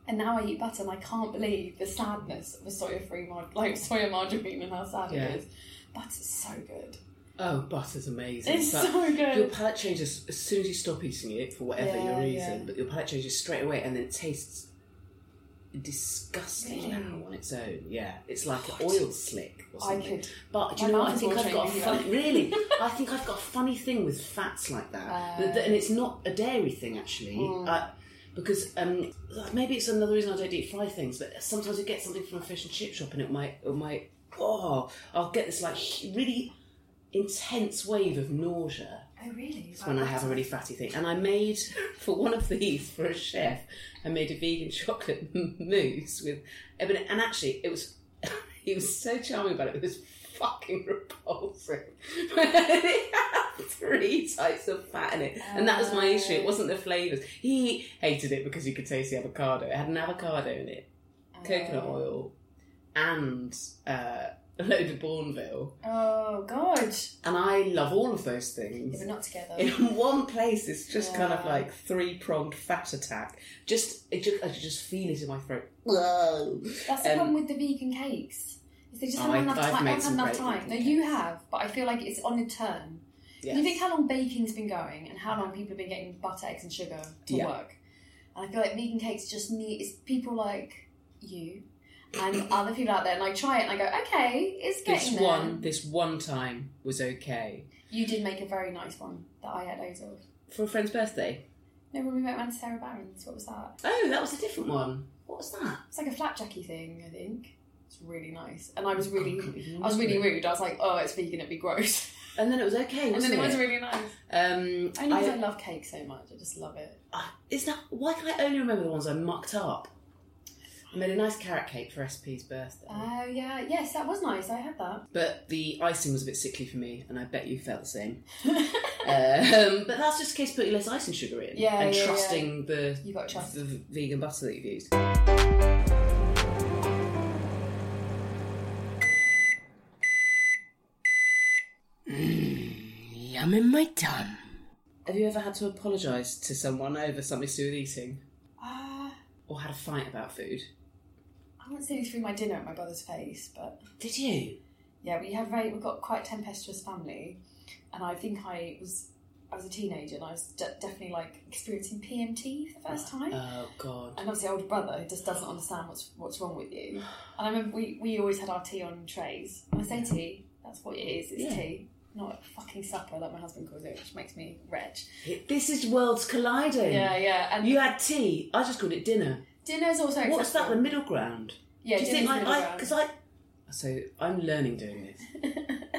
Speaker 2: And now I eat butter, and I can't believe the sadness of a soya-free mar- like soya margarine and how sad
Speaker 1: Yeah.
Speaker 2: it is. Butter's so good.
Speaker 1: Oh, butter's amazing.
Speaker 2: It's
Speaker 1: but
Speaker 2: so good.
Speaker 1: Your palate changes as soon as you stop eating it for whatever
Speaker 2: Yeah,
Speaker 1: your reason,
Speaker 2: yeah.
Speaker 1: but your palate changes straight away and then it tastes disgusting now on its own. Yeah, it's like an oil slick or
Speaker 2: I
Speaker 1: something.
Speaker 2: could-
Speaker 1: but do you
Speaker 2: my
Speaker 1: know what?
Speaker 2: mouth
Speaker 1: I
Speaker 2: is
Speaker 1: think I've
Speaker 2: watering
Speaker 1: got a
Speaker 2: you
Speaker 1: funny,
Speaker 2: now.
Speaker 1: really. I think I've got a funny thing with fats like that, But th- and it's not a dairy thing actually. I- because um, like, maybe it's another reason I don't deep fry things, but sometimes you get something from a fish and chip shop and it might, it might oh, I'll get this like really intense wave of nausea
Speaker 2: Oh really?
Speaker 1: is when I have a really fatty thing. And I made for one of these for a chef. I made a vegan chocolate mousse with, and and actually it was he was so charming about it. It was fucking repulsive. it had three types of fat in it, and that was my issue. It wasn't the flavors. He hated it because you could taste the avocado. It had an avocado in it, coconut
Speaker 2: Oh.
Speaker 1: oil, and uh, a load of Bourneville.
Speaker 2: Oh god.
Speaker 1: And I love all of those things
Speaker 2: If we're not together.
Speaker 1: in one place it's just kind of like three pronged fat attack just it just i could just feel it in my throat whoa
Speaker 2: That's the
Speaker 1: Um,
Speaker 2: problem with the vegan cakes. Is they just
Speaker 1: Oh,
Speaker 2: haven't
Speaker 1: I-
Speaker 2: enough
Speaker 1: I've
Speaker 2: time.
Speaker 1: made
Speaker 2: haven't
Speaker 1: some
Speaker 2: enough
Speaker 1: great
Speaker 2: time.
Speaker 1: vegan
Speaker 2: No, you
Speaker 1: cakes.
Speaker 2: have, but I feel like it's on a turn. You think how long baking's been going and how long people have been getting butter, eggs, and sugar to
Speaker 1: Yeah.
Speaker 2: work. And I feel like vegan cakes just need it's people like you and other people out there and like try it and I go, okay, it's
Speaker 1: This
Speaker 2: getting there.
Speaker 1: one, this one time was okay
Speaker 2: You did make a very nice one that I had loads of.
Speaker 1: for a friend's birthday.
Speaker 2: No, when we went round to Sarah Barron's, what was that?
Speaker 1: Oh, that was a different one. What was that?
Speaker 2: It's like a flapjacky thing, I think. It's really nice, and I was really,
Speaker 1: can't be
Speaker 2: I was
Speaker 1: honest
Speaker 2: really
Speaker 1: with
Speaker 2: rude. I was like, "Oh, it's vegan, it'd be gross,"
Speaker 1: And then it was okay,
Speaker 2: and
Speaker 1: wasn't
Speaker 2: then it was really nice.
Speaker 1: Um,
Speaker 2: Only because I,
Speaker 1: I-
Speaker 2: love cake so much, I just love it.
Speaker 1: I- is that why can I only remember the ones I mucked up? I made a nice carrot cake for SP's birthday,
Speaker 2: Oh yeah, yes, that was nice. I had that.
Speaker 1: but the icing was a bit sickly for me, and I bet you felt the same. um, but that's just in case putting less icing sugar in,
Speaker 2: Yeah,
Speaker 1: and
Speaker 2: yeah, yeah.
Speaker 1: trusting the
Speaker 2: You gotta trust.
Speaker 1: the v- vegan butter that you've used. Mm,
Speaker 3: Yum in my tum.
Speaker 1: Have you ever had to apologise to someone over something to do with eating, Uh,
Speaker 2: Ah,
Speaker 1: or had a fight about food?
Speaker 2: I won't say he threw my dinner at my brother's face, but
Speaker 1: Did you?
Speaker 2: yeah, we have very, we got quite a tempestuous family, and I think I was, I was a teenager, and I was de- definitely like experiencing PMT for the first time.
Speaker 1: Oh God.
Speaker 2: and obviously, older brother who just doesn't understand what's what's wrong with you. And I remember we, we always had our tea on trays. When I say tea, that's what it is. It's
Speaker 1: Yeah.
Speaker 2: tea, not fucking supper like my husband calls it, which makes me wretch.
Speaker 1: This is worlds colliding.
Speaker 2: Yeah, yeah. And
Speaker 1: You had tea. I just called it dinner.
Speaker 2: dinner's also
Speaker 1: What's that?
Speaker 2: acceptable.
Speaker 1: The middle ground.
Speaker 2: Yeah,
Speaker 1: Do you think
Speaker 2: dinner's
Speaker 1: like
Speaker 2: middle
Speaker 1: I?
Speaker 2: ground.
Speaker 1: Because I. So I'm learning doing this.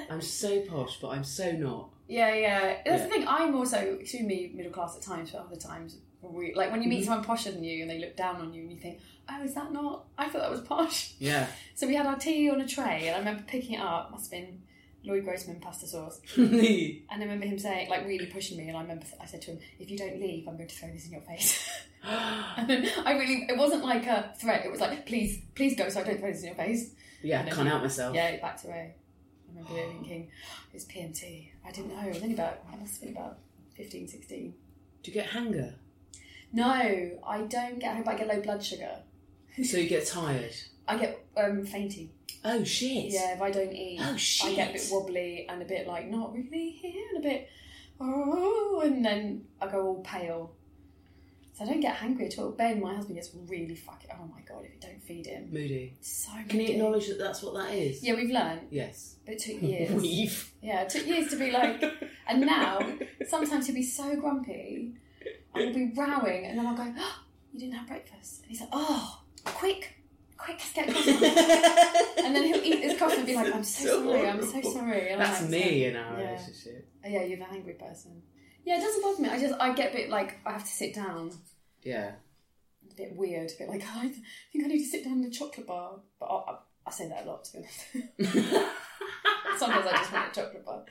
Speaker 1: I'm so posh, but I'm so not.
Speaker 2: Yeah, yeah. That's the
Speaker 1: Yeah.
Speaker 2: thing. I'm also extremely middle class at times, but other times, we, like when you meet
Speaker 1: Mm-hmm.
Speaker 2: someone posher than you and they look down on you, and you think, "Oh, is that not? I thought that was posh."
Speaker 1: Yeah.
Speaker 2: So we had our tea on a tray, and I remember picking it up. Must have been Lloyd Grossman pasta sauce.
Speaker 1: Did
Speaker 2: And I remember him saying, like, really pushing me. And I remember I said to him, "If you don't leave, I'm going to throw this in your face." and then I really, it wasn't like a threat. It was like, "Please, please go, so I don't throw this in your face."
Speaker 1: Yeah,
Speaker 2: And then
Speaker 1: can't
Speaker 2: he-
Speaker 1: help myself.
Speaker 2: Yeah, he backed away. I remember really thinking, "It's PMT." I didn't know. I was only about, I must have been about 15, 16.
Speaker 1: you get hunger?
Speaker 2: No, I don't get. I hope I get low blood sugar.
Speaker 1: So you get tired.
Speaker 2: I get um, fainting.
Speaker 1: Oh shit.
Speaker 2: Yeah, if I don't eat,
Speaker 1: Oh,
Speaker 2: I get a bit
Speaker 1: shit.
Speaker 2: wobbly and a bit like not really here and a bit oh, and then I go all pale. So I don't get hangry at all. Ben, my husband, gets really fucking. Oh my god, if you don't feed him,
Speaker 1: Moody.
Speaker 2: so
Speaker 1: Can you
Speaker 2: moody.
Speaker 1: acknowledge that that's what that is?
Speaker 2: Yeah, we've learned,
Speaker 1: Yes.
Speaker 2: but it took years.
Speaker 1: Weave.
Speaker 2: yeah, it took years to be like. And now, sometimes he'll be so grumpy, and we'll be rowing, and then I'll go, oh, "You didn't have breakfast," and he's like, "Oh, quick." Quick, let's get coffee. and then he'll eat his coffee and be like, I'm so,
Speaker 1: So
Speaker 2: sorry, I'm so
Speaker 1: horrible.
Speaker 2: sorry. And I'm
Speaker 1: That's
Speaker 2: like,
Speaker 1: me in our
Speaker 2: Yeah.
Speaker 1: relationship.
Speaker 2: Oh, yeah, you're an angry person. Yeah, it doesn't bother me. I just I get a bit like I have to sit down.
Speaker 1: Yeah.
Speaker 2: A bit weird. A bit like I think I need to sit down in a chocolate bar. But I, I, I say that a lot to be honest. Sometimes I just want a chocolate bar.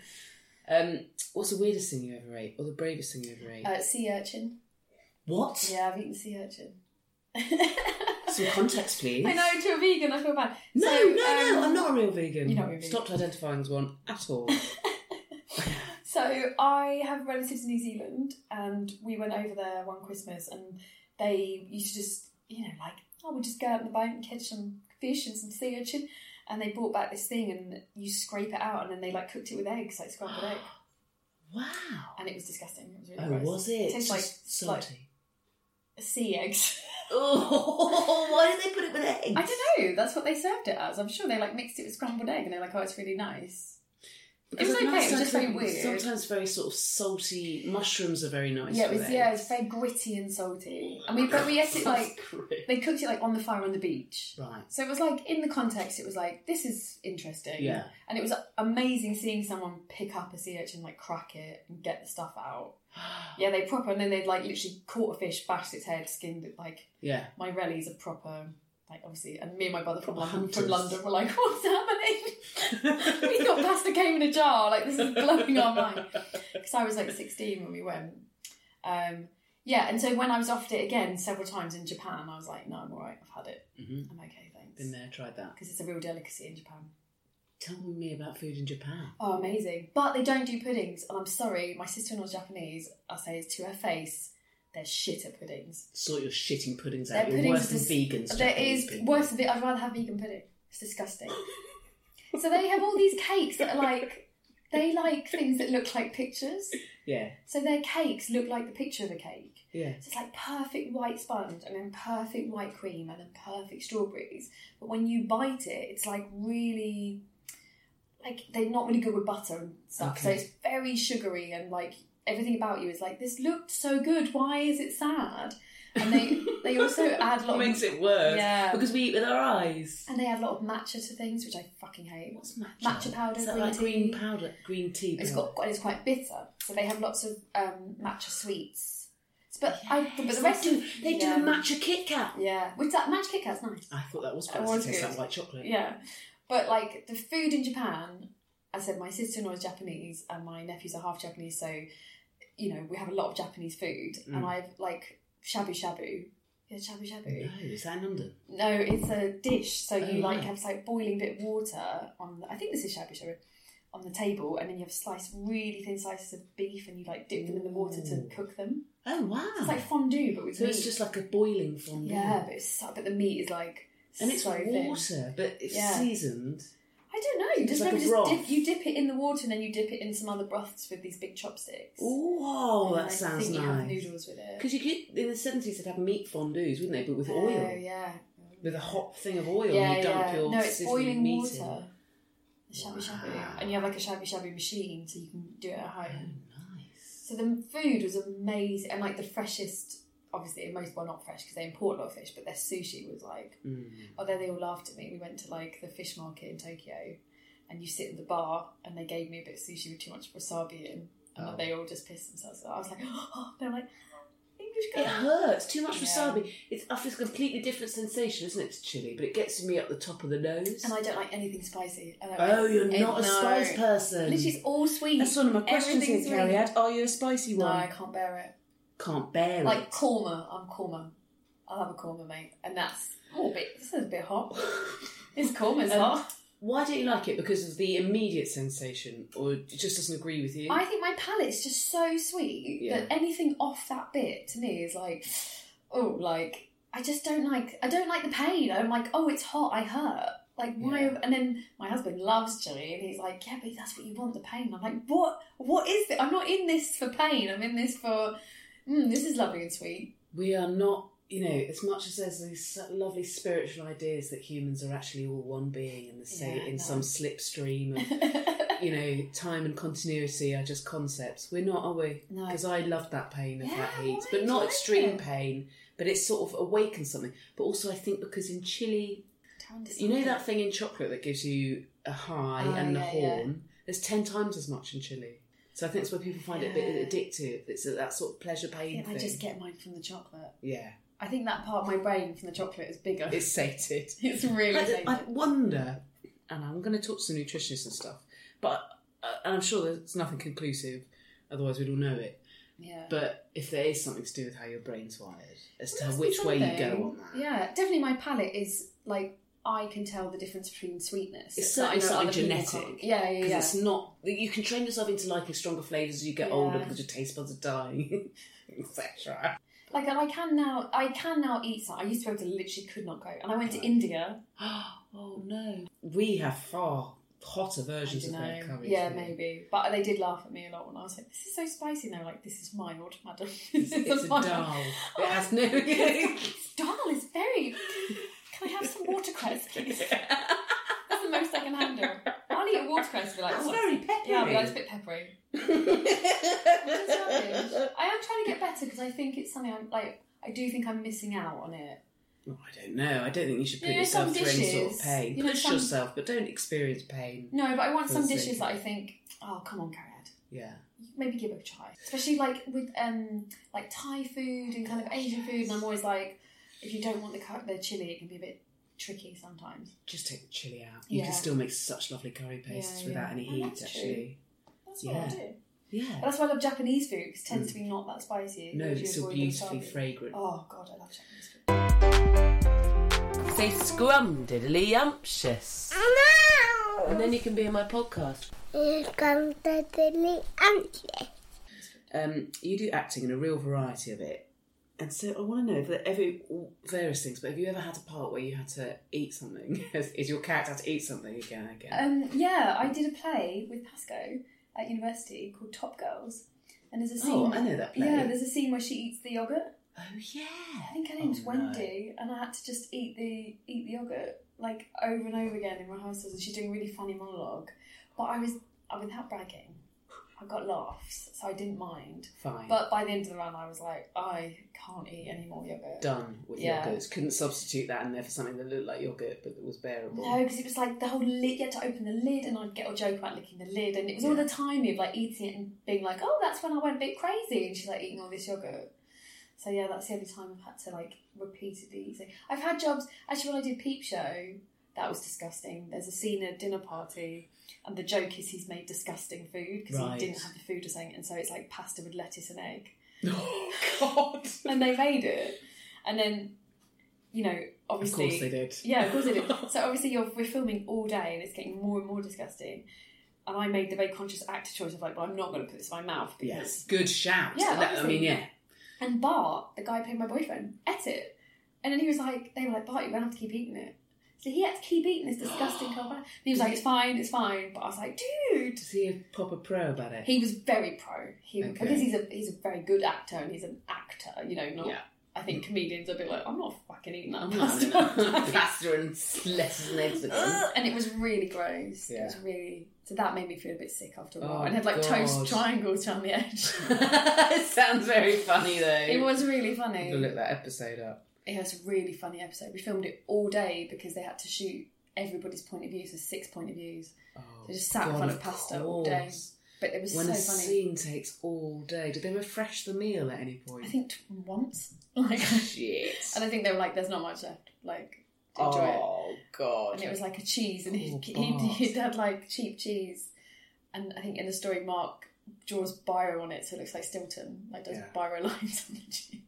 Speaker 1: Um, what's the weirdest thing you ever ate, or the bravest thing you ever ate?
Speaker 2: Uh, sea urchin.
Speaker 1: what?
Speaker 2: Yeah, I've eaten sea urchin.
Speaker 1: Some context, please.
Speaker 2: I know to a vegan, I feel bad.
Speaker 1: No,
Speaker 2: So,
Speaker 1: no, no,
Speaker 2: um,
Speaker 1: I'm not a real vegan.
Speaker 2: You're not a real
Speaker 1: Stopped identifying as one at all.
Speaker 2: So I have relatives in New Zealand, and we went over there one Christmas, and they used to just, you know, like, oh, we'll just go out in the boat and catch some fish and some sea urchin, and they brought back this thing, and you scrape it out, and then they like cooked it with eggs, like scrambled egg,
Speaker 1: wow.
Speaker 2: and it was disgusting. It was really
Speaker 1: Oh,
Speaker 2: gross.
Speaker 1: was it?
Speaker 2: tastes like
Speaker 1: Just
Speaker 2: like sea eggs.
Speaker 1: Oh, why did they put it with eggs?
Speaker 2: I don't know. That's what they served it as. I'm sure they like mixed it with scrambled egg, and they're like, oh, it's really nice. It was
Speaker 1: Because
Speaker 2: okay.
Speaker 1: I know
Speaker 2: It was just very
Speaker 1: sometimes-
Speaker 2: weird.
Speaker 1: Sometimes very sort of salty mushrooms are very nice.
Speaker 2: yeah, it
Speaker 1: for
Speaker 2: was
Speaker 1: eggs.
Speaker 2: yeah, it was very gritty and salty, and we but we ate it like.
Speaker 1: That's great.
Speaker 2: they cooked it like on the fire on the beach.
Speaker 1: Right.
Speaker 2: So it was like in the context, it was like this is interesting.
Speaker 1: Yeah.
Speaker 2: And it was amazing seeing someone pick up a sea urchin, like crack it and get the stuff out. Yeah, they proper and then they'd like literally caught a fish, bashed its head, skinned it. Like
Speaker 1: Yeah.
Speaker 2: my rellies are proper. Like obviously, and me and my brother from
Speaker 1: Proper
Speaker 2: London, from
Speaker 1: hunters.
Speaker 2: London were like, "What's happening?" we thought pasta came in a jar. Like this is blowing our mind. Because I was like 16 when we went. Um, yeah, and so when I was offered it again several times in Japan, I was like, "No, I'm all right. I've had it.
Speaker 1: Mhm.
Speaker 2: I'm okay, thanks."
Speaker 1: Been there, tried that.
Speaker 2: because it's a real delicacy in Japan.
Speaker 1: Tell me about food in Japan.
Speaker 2: Oh, amazing! But they don't do puddings, and I'm sorry, my sister-in-law's Japanese. I say it to her face, they're shit at puddings.
Speaker 1: Sort your shitting puddings
Speaker 2: Their
Speaker 1: out. You're worse than
Speaker 2: are dis-
Speaker 1: vegans.
Speaker 2: There
Speaker 1: Japanese
Speaker 2: is
Speaker 1: people.
Speaker 2: worse than ve- I'd rather have vegan pudding. It's disgusting. so they have all these cakes that are like They like things that look like pictures.
Speaker 1: Yeah,
Speaker 2: So their cakes look like the picture of a cake.
Speaker 1: yeah.
Speaker 2: So it's like perfect white sponge and then perfect white cream and then perfect strawberries. But when you bite it, it's like really like they're not really good with butter and stuff. So
Speaker 1: Okay.
Speaker 2: it's very sugary and like everything about you is like this looked so good. Why is it sad? And they they also add a lot
Speaker 1: makes
Speaker 2: of,
Speaker 1: it worse.
Speaker 2: Yeah.
Speaker 1: because we eat with our eyes.
Speaker 2: and they add a lot of matcha to things, which I fucking hate.
Speaker 1: What's matcha?
Speaker 2: Matcha powder,
Speaker 1: Is that
Speaker 2: green
Speaker 1: like green
Speaker 2: tea.
Speaker 1: powder, green tea.
Speaker 2: It's
Speaker 1: powder?
Speaker 2: got and it's quite bitter, so they have lots of um, matcha sweets. But I but
Speaker 1: Yes,
Speaker 2: the rest
Speaker 1: they do,
Speaker 2: of
Speaker 1: they
Speaker 2: yeah.
Speaker 1: do a matcha Kit Kat.
Speaker 2: Yeah, which that match Kit Kat's nice.
Speaker 1: I thought that was
Speaker 2: That
Speaker 1: fancy.
Speaker 2: was
Speaker 1: It tastes
Speaker 2: good.
Speaker 1: like white chocolate.
Speaker 2: Yeah, but like the food in Japan, I said my sister in law is Japanese and my nephews are half Japanese, so you know we have a lot of Japanese food,
Speaker 1: Mm.
Speaker 2: and I've like shabu shabu. Yeah, shabu shabu.
Speaker 1: No, is that in London?
Speaker 2: No, it's a dish. So you
Speaker 1: Oh,
Speaker 2: like
Speaker 1: right.
Speaker 2: have like boiling bit of water on. The, I think this is shabu shabu on the table, and then you have sliced really thin slices of beef, and you like dip them in the water to
Speaker 1: Ooh.
Speaker 2: cook them.
Speaker 1: Oh wow!
Speaker 2: It's like fondue, but with
Speaker 1: so
Speaker 2: meat.
Speaker 1: it's just like a boiling fondue.
Speaker 2: yeah, but it's so, but the meat is like
Speaker 1: and it's
Speaker 2: so thin.
Speaker 1: water, but it's
Speaker 2: Yeah.
Speaker 1: seasoned.
Speaker 2: I don't know. You
Speaker 1: It's
Speaker 2: just
Speaker 1: like a
Speaker 2: maybe just
Speaker 1: broth.
Speaker 2: dip, you dip it in the water and then you dip it in some other broths with these big chopsticks.
Speaker 1: Oh,
Speaker 2: And
Speaker 1: that
Speaker 2: I
Speaker 1: sounds
Speaker 2: think You have
Speaker 1: nice.
Speaker 2: noodles with it.
Speaker 1: Because you could in the seventies, they'd have meat fondues, wouldn't they? But with
Speaker 2: Oh,
Speaker 1: oil,
Speaker 2: yeah.
Speaker 1: with a hot thing of oil,
Speaker 2: yeah,
Speaker 1: and you dump
Speaker 2: yeah.
Speaker 1: your
Speaker 2: no, it's
Speaker 1: sizzling
Speaker 2: boiling
Speaker 1: meat
Speaker 2: water. The Shabu shabu,
Speaker 1: Wow.
Speaker 2: and you have like a shabu shabu machine, so you can do it at home.
Speaker 1: in. Oh, Nice.
Speaker 2: So the food was amazing, and like the freshest. Obviously, most well not fresh because they import a lot of fish, but their sushi was like
Speaker 1: Mm.
Speaker 2: Although they all laughed at me, we went to like the fish market in Tokyo, and you sit in the bar, and they gave me a bit of sushi with too much wasabi in, and
Speaker 1: Oh.
Speaker 2: they all just pissed themselves. off. I was like, oh, they're like English
Speaker 1: It
Speaker 2: girl.
Speaker 1: hurts too much
Speaker 2: Yeah.
Speaker 1: wasabi. It's it's a completely different sensation, isn't it? It's chili, but it gets me up the top of the nose.
Speaker 2: And I don't like anything spicy. I don't
Speaker 1: Oh,
Speaker 2: like-
Speaker 1: you're not a
Speaker 2: No.
Speaker 1: spice person.
Speaker 2: Literally, it's all sweet.
Speaker 1: That's one of my questions here,
Speaker 2: Everything's
Speaker 1: Carrie.
Speaker 2: sweet.
Speaker 1: Had. Are you a spicy
Speaker 2: No,
Speaker 1: one?
Speaker 2: I can't bear it.
Speaker 1: Can't bear
Speaker 2: Like
Speaker 1: it.
Speaker 2: korma, I'm korma. I'll have a korma, mate, and that's oh, a bit. This is a bit hot. It's korma's
Speaker 1: Um,
Speaker 2: hot.
Speaker 1: Why don't you like it? Because of the immediate sensation, or it just doesn't agree with you?
Speaker 2: I think my palate's just so sweet
Speaker 1: Yeah.
Speaker 2: that anything off that bit to me is like, oh, like I just don't like. I don't like the pain. I'm like, oh, it's hot. I hurt. Like why?
Speaker 1: Yeah.
Speaker 2: And then my husband loves chili, and he's like, yeah, but that's what you want—the pain. I'm like, what? What is it? I'm not in this for pain. I'm in this for. Mm, this is lovely and sweet.
Speaker 1: we are not, you know, as much as there's these so- lovely spiritual ideas that humans are actually all one being and the same
Speaker 2: Yeah,
Speaker 1: in
Speaker 2: no.
Speaker 1: some slipstream of, you know, time and continuity are just concepts. We're not, are we?
Speaker 2: No.
Speaker 1: Because I love that pain of
Speaker 2: Yeah,
Speaker 1: that heat,
Speaker 2: why
Speaker 1: but not
Speaker 2: don't
Speaker 1: extreme
Speaker 2: you?
Speaker 1: pain, but it sort of awakens something. But also, I think because in Chile,
Speaker 2: Time to
Speaker 1: you know
Speaker 2: stop.
Speaker 1: that thing in chocolate that gives you a high
Speaker 2: Oh,
Speaker 1: and a
Speaker 2: yeah, yeah.
Speaker 1: horn? There's 10 times as much in chili. So I think that's where people find it a bit addictive. It's that sort of pleasure
Speaker 2: I
Speaker 1: pain
Speaker 2: think I
Speaker 1: thing.
Speaker 2: just get mine from the chocolate.
Speaker 1: Yeah,
Speaker 2: I think that part of my brain from the chocolate is bigger.
Speaker 1: it's sated.
Speaker 2: It's really
Speaker 1: I, I
Speaker 2: sated.
Speaker 1: wonder, and I'm going to talk to some nutritionists and stuff, but uh, and I'm sure there's nothing conclusive, otherwise we'd all know it.
Speaker 2: yeah.
Speaker 1: But if there is something to do with how your brain's wired, as to
Speaker 2: Well, that's
Speaker 1: which
Speaker 2: the
Speaker 1: way you
Speaker 2: thing.
Speaker 1: go on that.
Speaker 2: Yeah, definitely my palate is like I can tell the difference between sweetness.
Speaker 1: It's certainly
Speaker 2: like no
Speaker 1: something
Speaker 2: other people can't.
Speaker 1: genetic.
Speaker 2: Yeah, yeah,
Speaker 1: 'cause
Speaker 2: yeah.
Speaker 1: It's not. You can train yourself into liking stronger flavors as you get
Speaker 2: Yeah.
Speaker 1: older because your taste buds are dying, etc.
Speaker 2: Like I can now, I can now eat something. I used to be able to literally could not go, and I went to India.
Speaker 1: oh no, we have far hotter
Speaker 2: I
Speaker 1: versions
Speaker 2: don't
Speaker 1: of
Speaker 2: know.
Speaker 1: their curries.
Speaker 2: yeah,
Speaker 1: here.
Speaker 2: maybe. But they did laugh at me a lot when I was like, "This is so spicy." And they were like, "This is mild, madam."
Speaker 1: It's, it's a
Speaker 2: mild."
Speaker 1: dal. It has no.
Speaker 2: It's dal. It's very. Can I have some watercress, please? That's the most I can handle. I'll eat a watercress. and Be like,
Speaker 1: That's
Speaker 2: "Oh,
Speaker 1: very peppery.
Speaker 2: Yeah, I'll be like, it's a bit peppery. I am trying to get better because I think it's something I'm like. I do think I'm missing out on it.
Speaker 1: Well, I don't know. I don't think you should put
Speaker 2: You know,
Speaker 1: yourself
Speaker 2: some
Speaker 1: through any sort of
Speaker 2: dishes-
Speaker 1: pain.
Speaker 2: you know,
Speaker 1: Push
Speaker 2: some-
Speaker 1: yourself, but don't experience pain.
Speaker 2: No, but I want
Speaker 1: For
Speaker 2: some
Speaker 1: the sake
Speaker 2: dishes
Speaker 1: of
Speaker 2: that I
Speaker 1: it.
Speaker 2: think, oh, come on, Carrad.
Speaker 1: Yeah.
Speaker 2: Maybe give it a try. Especially like with um like Thai food and kind of Asian food, and I'm always like, if you don't want the cur- the chili, it can be a bit tricky sometimes.
Speaker 1: Just take the chili out. You
Speaker 2: Yeah.
Speaker 1: can still make such lovely curry pastes
Speaker 2: Yeah,
Speaker 1: without
Speaker 2: yeah.
Speaker 1: any
Speaker 2: Oh,
Speaker 1: heat,
Speaker 2: that's true.
Speaker 1: actually.
Speaker 2: That's what I
Speaker 1: Yeah.
Speaker 2: do.
Speaker 1: Yeah.
Speaker 2: But that's why I love Japanese food because it tends to be not that spicy.
Speaker 1: Mm. No,
Speaker 2: because you
Speaker 1: it's still
Speaker 2: avoid the
Speaker 1: beautifully
Speaker 2: wasabi.
Speaker 1: fragrant.
Speaker 2: Oh god, I love Japanese food.
Speaker 3: Say scrum diddly umptious. And then you can be in my podcast.
Speaker 4: Scrum diddly umptious.
Speaker 1: Um, you do acting in a real variety of it. And so I want to know that every all- various things, but have you ever had a part where you had to eat something? Is your character had to eat something again and again?
Speaker 2: Um, yeah, I did a play with Pasco at university called Top Girls. And there's a scene.
Speaker 1: Oh, I know that play.
Speaker 2: Yeah, there's a scene where she eats the yogurt.
Speaker 1: Oh yeah.
Speaker 2: I think her name's
Speaker 1: Oh,
Speaker 2: Wendy, and I had to just eat the eat the yogurt like over and over again in rehearsals, and she's doing a really funny monologue. But I was, I without bragging, I got laughs, so I didn't mind.
Speaker 1: Fine.
Speaker 2: But by the end of the run, I was like, I can't eat any more yogurt.
Speaker 1: Done with
Speaker 2: Yeah.
Speaker 1: yogurts. Couldn't substitute that in there for something that looked like yogurt but that was bearable.
Speaker 2: No, because it was like the whole lid. You had to open the lid, and I'd get a joke about licking the lid, and it was all the timing of like eating it and being like, "Oh, that's when I went a bit crazy," and she's like eating all this yogurt. So yeah, that's the only time I've had to like repeatedly eat. it. I've had jobs actually when I did Peep Show. That was disgusting. There's a scene at a dinner party, and the joke is he's made disgusting food because
Speaker 1: Right.
Speaker 2: he didn't have the food or something, and so it's like pasta with lettuce and egg
Speaker 1: Oh God.
Speaker 2: and they made it. And then, you know, obviously,
Speaker 1: Of course they did.
Speaker 2: Yeah, of course they did. so obviously, you're we're filming all day, and it's getting more and more disgusting. And I made the very conscious actor choice of like, well, I'm not going to put this in my mouth because.
Speaker 1: Yes. Good shout.
Speaker 2: Yeah,
Speaker 1: That- I
Speaker 2: obviously.
Speaker 1: mean, yeah.
Speaker 2: And Bart, the guy playing my boyfriend, ate it, and then he was like, they were like, Bart, you're going to have to keep eating it. So he had to keep eating this disgusting cold And he was like, it's fine, it's fine. But I was like, dude.
Speaker 1: Is he a proper pro about it?
Speaker 2: He was very pro. He
Speaker 1: Okay.
Speaker 2: because he's a he's a very good actor and he's an actor. You know, not
Speaker 1: Yeah.
Speaker 2: I think comedians are a bit like I'm not fucking eating that
Speaker 1: I'm
Speaker 2: pasta.
Speaker 1: not having it. pasta and lettuce and eggs again.
Speaker 2: Ugh, and it was really gross. It
Speaker 1: Yeah.
Speaker 2: was really so that made me feel a bit sick after a while.
Speaker 1: Oh,
Speaker 2: and had like
Speaker 1: God.
Speaker 2: toast triangles around the edge.
Speaker 1: it sounds very funny though.
Speaker 2: it was really
Speaker 1: I'm
Speaker 2: funny.
Speaker 1: gonna look that episode up.
Speaker 2: It was a really funny episode. We filmed it all day because they had to shoot everybody's point of views, so six point of views.
Speaker 1: Oh,
Speaker 2: They just sat in
Speaker 1: God,
Speaker 2: front of pasta all day.
Speaker 1: course.
Speaker 2: But it was
Speaker 1: when
Speaker 2: so
Speaker 1: a
Speaker 2: funny.
Speaker 1: scene takes all day, did they refresh the meal at any point?
Speaker 2: I think t- once, like,
Speaker 1: Shit.
Speaker 2: and I think they were like, "There's not much left." Like, to enjoy it.
Speaker 1: oh God.
Speaker 2: and it was like a cheese, and
Speaker 1: Oh,
Speaker 2: he'd, he'd,
Speaker 1: Bart.
Speaker 2: he'd had like cheap cheese, and I think in the story Mark draws biro on it, so it looks like Stilton, like does
Speaker 1: Yeah.
Speaker 2: biro lines on the cheese.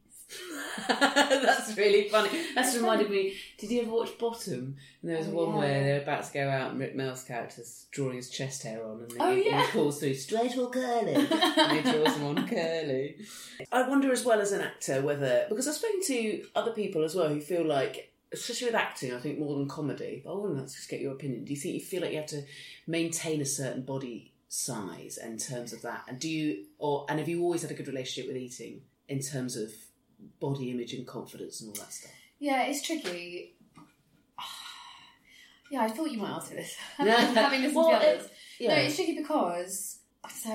Speaker 1: That's really funny. That's reminded me. Did you ever watch Bottom? And there was
Speaker 2: Oh,
Speaker 1: one
Speaker 2: yeah.
Speaker 1: where they're about to go out, and Rick Mel's character's drawing his chest hair on, and,
Speaker 2: Oh,
Speaker 1: he, and
Speaker 2: yeah.
Speaker 1: he calls through straight or curly, and he draws him on curly. I wonder, as well as an actor, whether because I've spoken to other people as well who feel like. Especially with acting, I think more than comedy. But I want to just get your opinion. Do you think you feel like you have to maintain a certain body size in terms of that? And do you, or and have you always had a good relationship with eating in terms of body image and confidence and all that stuff.
Speaker 2: Yeah, it's tricky. yeah, I thought you might answer this. Having listened
Speaker 1: Well,
Speaker 2: to the others.
Speaker 1: it's- yeah.
Speaker 2: No, it's tricky because so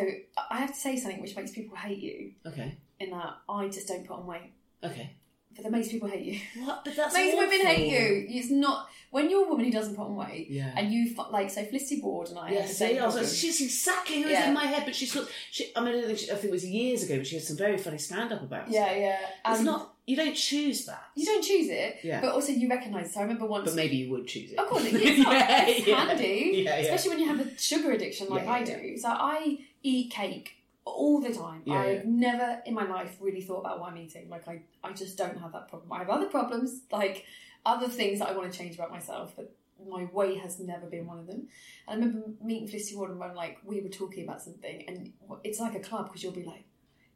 Speaker 2: I have to say something which makes people hate you,
Speaker 1: Okay.
Speaker 2: in that I just don't put on weight,
Speaker 1: Okay.
Speaker 2: but that makes people hate you.
Speaker 1: What? But that's
Speaker 2: Most women hate you. It's not when you're a woman who doesn't put on weight,
Speaker 1: Yeah.
Speaker 2: and you fu- like so Felicity Ward and I.
Speaker 1: Yeah,
Speaker 2: had the
Speaker 1: so
Speaker 2: same
Speaker 1: yeah, I was like,
Speaker 2: problem.
Speaker 1: she's exactly who was
Speaker 2: Yeah.
Speaker 1: in my head, but she's got. She, I mean, I, don't think she, I think it was years ago, but she had some very funny stand up about. it.
Speaker 2: Yeah, yeah.
Speaker 1: It's
Speaker 2: And
Speaker 1: not. You don't choose that,
Speaker 2: You don't choose it,
Speaker 1: Yeah.
Speaker 2: but also you recognise. So I remember once.
Speaker 1: but maybe you would choose it.
Speaker 2: Of course, it's, not,
Speaker 1: Yeah,
Speaker 2: it's
Speaker 1: yeah.
Speaker 2: handy,
Speaker 1: Yeah, yeah.
Speaker 2: especially when you have a sugar addiction like
Speaker 1: Yeah,
Speaker 2: I
Speaker 1: yeah,
Speaker 2: do. So I eat cake all the time.
Speaker 1: Yeah,
Speaker 2: I've
Speaker 1: yeah.
Speaker 2: never in my life really thought about what I'm eating. Like I, I just don't have that problem. I have other problems, like other things that I want to change about myself, but my weight has never been one of them. And I remember meeting Felicity Ward and when like we were talking about something, and it's like a club because you'll be like,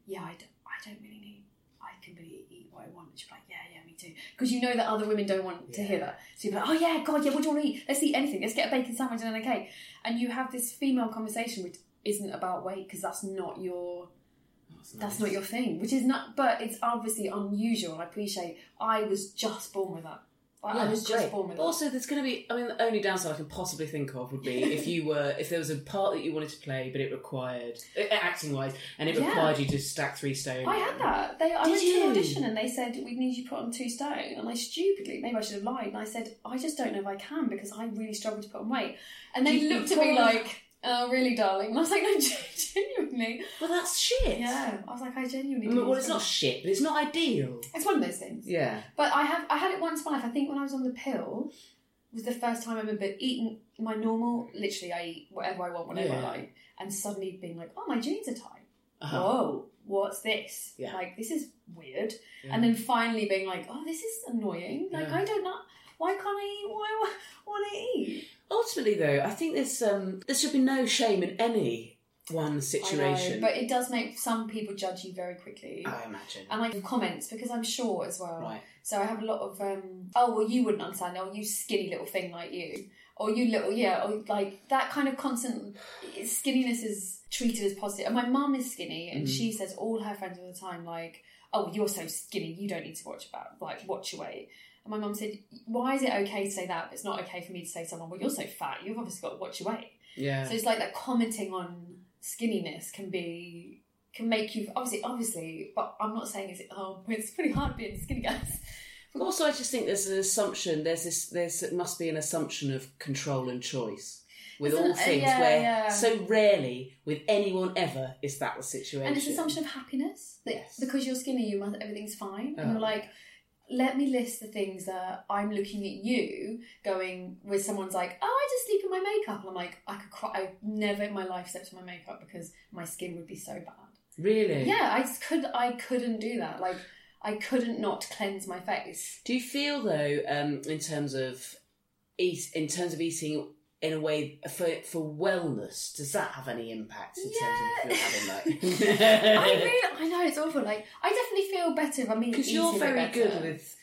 Speaker 2: yeah, I don't, I don't really need. I can really eat what I want. And she'll be like, yeah, yeah, me too. Because you know that other women don't want to hear that. So you're like, oh yeah, God, yeah, what do you want to eat? Let's eat anything. Let's get a bacon sandwich and then a cake. And you have this female conversation which isn't about weight because that's not your that's not your thing. Which is not, but it's obviously unusual. I appreciate. I was just born with that. Like, I
Speaker 1: Yeah,
Speaker 2: was just
Speaker 1: great.
Speaker 2: born with
Speaker 1: But
Speaker 2: that.
Speaker 1: also, there's going to be. I mean, the only downside I can possibly think of would be if you were if there was a part that you wanted to play, but it required acting wise, and it
Speaker 2: Yeah.
Speaker 1: required you to stack three stone.
Speaker 2: I had that. They, I
Speaker 1: Did
Speaker 2: went to
Speaker 1: you?
Speaker 2: an audition and they said we need you put on two stone, and I stupidly, maybe I should have lied, and I said I just don't know if I can because I really struggle to put on weight, and they
Speaker 1: You-
Speaker 2: looked
Speaker 1: you
Speaker 2: at me
Speaker 1: can't.
Speaker 2: like, "Oh, really, darling?" And I was like, "No, genuinely."
Speaker 1: Well, that's shit.
Speaker 2: Yeah, I was like, I genuinely.
Speaker 1: I mean,
Speaker 2: didn't
Speaker 1: well, it's
Speaker 2: think-
Speaker 1: not shit, but it's not ideal.
Speaker 2: It's one of those things.
Speaker 1: Yeah.
Speaker 2: But I have I had it once in my life. I think when I was on the pill was the first time I remember eating my normal. Literally, I eat whatever I want, whenever I
Speaker 1: Yeah.
Speaker 2: like, and suddenly being like, "Oh, my jeans are tight."
Speaker 1: Uh-huh.
Speaker 2: Whoa, what's this?
Speaker 1: Yeah.
Speaker 2: Like this is weird. And then finally being like, "Oh, this is annoying. Like
Speaker 1: Yeah.
Speaker 2: I don't know why can't I eat what I want to eat."
Speaker 1: Ultimately, though, I think there's um, there should be no shame in any one situation.
Speaker 2: I know, but it does make some people judge you very quickly.
Speaker 1: I imagine.
Speaker 2: And like comments because I'm short as well.
Speaker 1: Right.
Speaker 2: So I have a lot of um. Oh well, you wouldn't understand. Oh, you skinny little thing like you. Or you little yeah. Or like that kind of constant eh, skinniness is treated as positive. And my mum is skinny, and
Speaker 1: Mhm.
Speaker 2: she says all her friends all the time like, "Oh, you're so skinny. You don't need to watch about like watch your weight." And my mum said, "Why is it okay to say that? But it's not okay for me to say to someone, well, you're so fat. You've obviously got to watch your weight.'"
Speaker 1: yeah.
Speaker 2: So it's like that commenting on skinniness can be can make you obviously obviously, but I'm not saying it's oh it's pretty hard being skinny guys.
Speaker 1: But also, I just think there's an assumption. There's this. There's it must be an assumption of control and choice with
Speaker 2: Isn't
Speaker 1: all
Speaker 2: it?
Speaker 1: things
Speaker 2: Yeah,
Speaker 1: where
Speaker 2: yeah.
Speaker 1: so rarely with anyone ever is that the situation.
Speaker 2: And it's an assumption of happiness that
Speaker 1: Yes.
Speaker 2: because you're skinny, you must everything's fine, and
Speaker 1: Oh.
Speaker 2: you're like. Let me list the things that I'm looking at you going with someone's like, oh, I just sleep in my makeup. And I'm like, I could cry. I never in my life slept in my makeup because my skin would be so bad.
Speaker 1: Really?
Speaker 2: Yeah, I just could. I couldn't do that. Like, I couldn't not cleanse my face.
Speaker 1: Do you feel though, um, in terms of eat, in terms of eating in a way for for wellness, does that have any impact in terms of if you're having
Speaker 2: I
Speaker 1: that?
Speaker 2: really, I know it's awful. Like, I definitely feel better if I'm eating.
Speaker 1: Because you're
Speaker 2: eating
Speaker 1: very
Speaker 2: better.
Speaker 1: good with,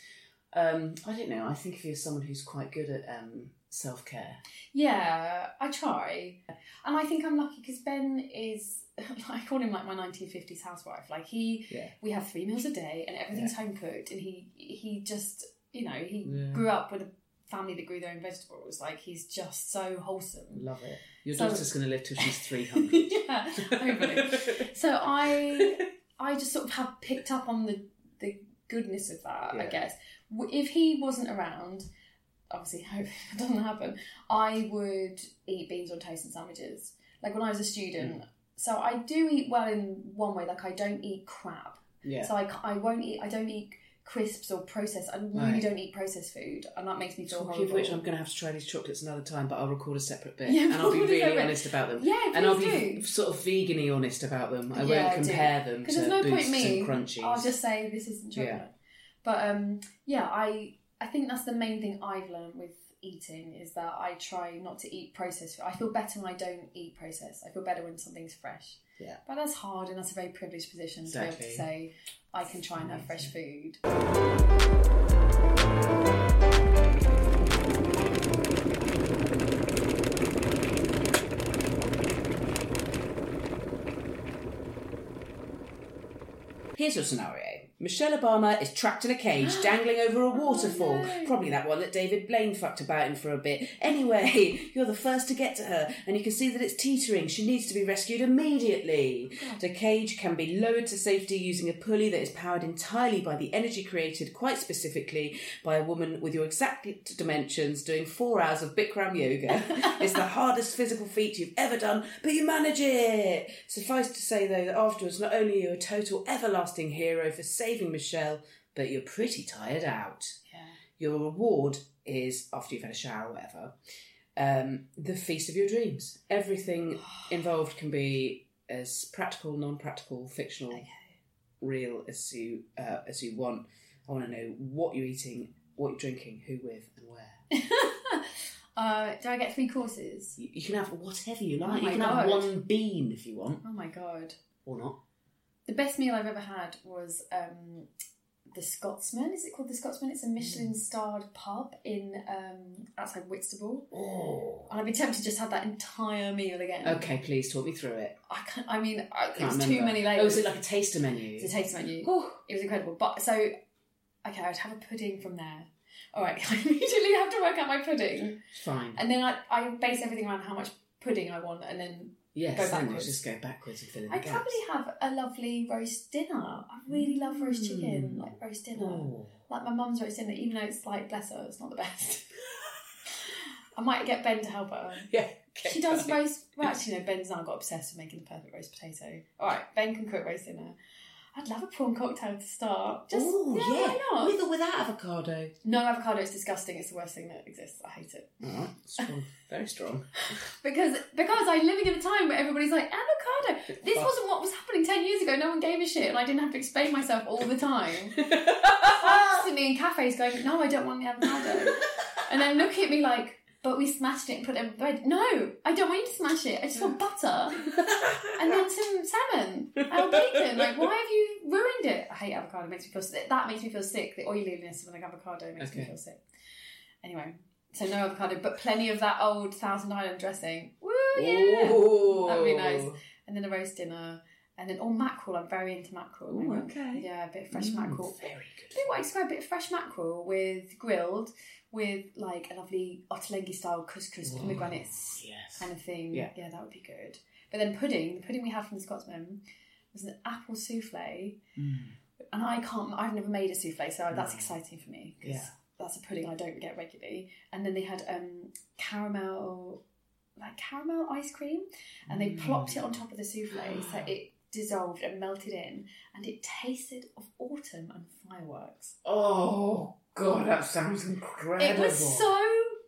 Speaker 1: um, I don't know. I think of you as someone who's quite good at um, self care.
Speaker 2: Yeah, I try, and I think I'm lucky because Ben is. I call him like my 1950s housewife. Like he,
Speaker 1: Yeah.
Speaker 2: we have three meals a day, and everything's
Speaker 1: Yeah.
Speaker 2: home cooked. And he, he just, you know, he
Speaker 1: Yeah.
Speaker 2: grew up with a family that grew their own vegetables. Like he's just so wholesome.
Speaker 1: Love it. Your
Speaker 2: So-
Speaker 1: daughter's going to live till she's three hundred.
Speaker 2: yeah, hopefully. so I, I just sort of have picked up on the the goodness of that. I
Speaker 1: Yeah.
Speaker 2: guess W- if he wasn't around, obviously, hope it doesn't happen. I would eat beans on toast and sandwiches. Like when I was a student,
Speaker 1: Mm.
Speaker 2: so I do eat well in one way. Like I don't eat crap.
Speaker 1: Yeah.
Speaker 2: So I, ca- I won't eat. I don't eat crisps or processed. I really
Speaker 1: Right.
Speaker 2: don't eat processed food, and that makes me feel
Speaker 1: Talking
Speaker 2: horrible.
Speaker 1: of which, I'm going to have to try these chocolates another time, but I'll record a separate bit,
Speaker 2: Yeah,
Speaker 1: and I'll be
Speaker 2: record a
Speaker 1: really
Speaker 2: separate-
Speaker 1: honest about them.
Speaker 2: Yeah,
Speaker 1: and I'll be
Speaker 2: please do.
Speaker 1: sort of vegany honest about them. I
Speaker 2: Yeah,
Speaker 1: won't
Speaker 2: do.
Speaker 1: compare them to
Speaker 2: because there's no
Speaker 1: boosts
Speaker 2: point me.
Speaker 1: and crunchies.
Speaker 2: I'll just say this isn't chocolate.
Speaker 1: Yeah.
Speaker 2: But um, yeah, I I think that's the main thing I've learned with eating is that I try not to eat processed. food. I feel better when I don't eat processed. I feel better when something's fresh.
Speaker 1: Yeah.
Speaker 2: But that's hard, and that's a very privileged position to be able
Speaker 1: Exactly.
Speaker 2: to say I can try and have fresh food.
Speaker 1: Here's your scenario. Michelle Obama is trapped in a cage, dangling over a waterfall. Probably that one that David Blaine fucked about in for a bit. Anyway, you're the first to get to her, and you can see that it's teetering. She needs to be rescued immediately. The cage can be lowered to safety using a pulley that is powered entirely by the energy created, quite specifically, by a woman with your exact dimensions doing four hours of Bikram yoga. it's the hardest physical feat you've ever done, but you manage it. Suffice to say, though, that afterwards, not only are you a total everlasting hero for saving Michelle, but you're pretty tired out. Your reward is, after you've had a shower or whatever, um, the feast of your dreams. Everything involved can be as practical, non practical, fictional, real as you, uh, as you want. I want to know what you're eating, what you're drinking, who with, and where.
Speaker 2: Uh, do I get three courses?
Speaker 1: You you can have whatever you
Speaker 2: Oh
Speaker 1: like. you
Speaker 2: my
Speaker 1: can
Speaker 2: God.
Speaker 1: have one bean if you want,
Speaker 2: Oh my god.
Speaker 1: or not.
Speaker 2: The best meal I've ever had was um, the Scotsman. Is it called the Scotsman?
Speaker 1: Mm.
Speaker 2: It's a Michelin-starred pub in um, outside Whitstable,
Speaker 1: Oh.
Speaker 2: and I'd be tempted to just have that entire meal again.
Speaker 1: Okay, please talk me through it.
Speaker 2: I can't. I mean, I, it
Speaker 1: Can't
Speaker 2: was too
Speaker 1: remember.
Speaker 2: many layers.
Speaker 1: Oh, was it like a taster menu?
Speaker 2: It was a taste menu.
Speaker 1: Whew.
Speaker 2: It was incredible. But so, okay, I'd have a pudding from there. All right, I immediately have to work out my pudding,
Speaker 1: Fine.
Speaker 2: and then I, I base everything around how much pudding I want, and then
Speaker 1: yes,
Speaker 2: go
Speaker 1: then you
Speaker 2: backwards.
Speaker 1: just go backwards and fill in the
Speaker 2: I'd
Speaker 1: gaps.
Speaker 2: probably have a lovely roast dinner. I really love roast chicken, like roast dinner.
Speaker 1: Mm. Oh.
Speaker 2: Like my mum's roast dinner, even though it's like, bless her, it's not the best. I might get Ben to help her.
Speaker 1: Yeah. okay,
Speaker 2: She does
Speaker 1: fine.
Speaker 2: roast. Well, actually, no, Ben's now got obsessed with making the perfect roast potato. All right, Ben can cook roast dinner. I'd love a prawn cocktail to start. Just,
Speaker 1: Ooh,
Speaker 2: yeah, why not?
Speaker 1: With or without avocado.
Speaker 2: No avocado, it's disgusting. It's the worst thing that exists. I hate it.
Speaker 1: All right, strong, very strong.
Speaker 2: Because because I'm living in a time where everybody's like, avocado. This wasn't what was happening 10 years ago. No one gave a shit, and I didn't have to explain myself all the time. Constantly in cafes going, no, I don't want the avocado. and then looking at me like, But we smashed it and put it in bread. No, I don't want you to smash it. I just want butter. and then some salmon. And bacon. Like, why have you ruined it? I hate avocado. It makes me feel sick. That makes me feel sick. The oiliness of an avocado makes me
Speaker 1: Okay.
Speaker 2: feel sick. Anyway, so no avocado, but plenty of that old Thousand Island dressing. Woo, yeah.
Speaker 1: Ooh.
Speaker 2: That'd be nice. And then a roast dinner. And then, oh, mackerel. I'm very into mackerel.
Speaker 1: Ooh,
Speaker 2: Maybe-
Speaker 1: okay. Mm.
Speaker 2: Yeah, a bit of fresh mackerel.
Speaker 1: Very good.
Speaker 2: A bit what I describe, a bit of fresh mackerel with grilled, with like a lovely Ottolenghi style couscous pomegranate
Speaker 1: yes.
Speaker 2: kind of thing.
Speaker 1: Yeah.
Speaker 2: that would be good. But then pudding, the pudding we had from the Scotsman was an apple souffle.
Speaker 1: Mm.
Speaker 2: And I can't, I've never made a souffle, so that's exciting for me because
Speaker 1: Yeah.
Speaker 2: that's a pudding I don't get regularly. And then they had um, caramel, like caramel ice cream, and they plopped it on top of the souffle so
Speaker 1: Mm.
Speaker 2: it dissolved and melted in, and it tasted of autumn and fireworks.
Speaker 1: Oh god, that sounds incredible.
Speaker 2: It was so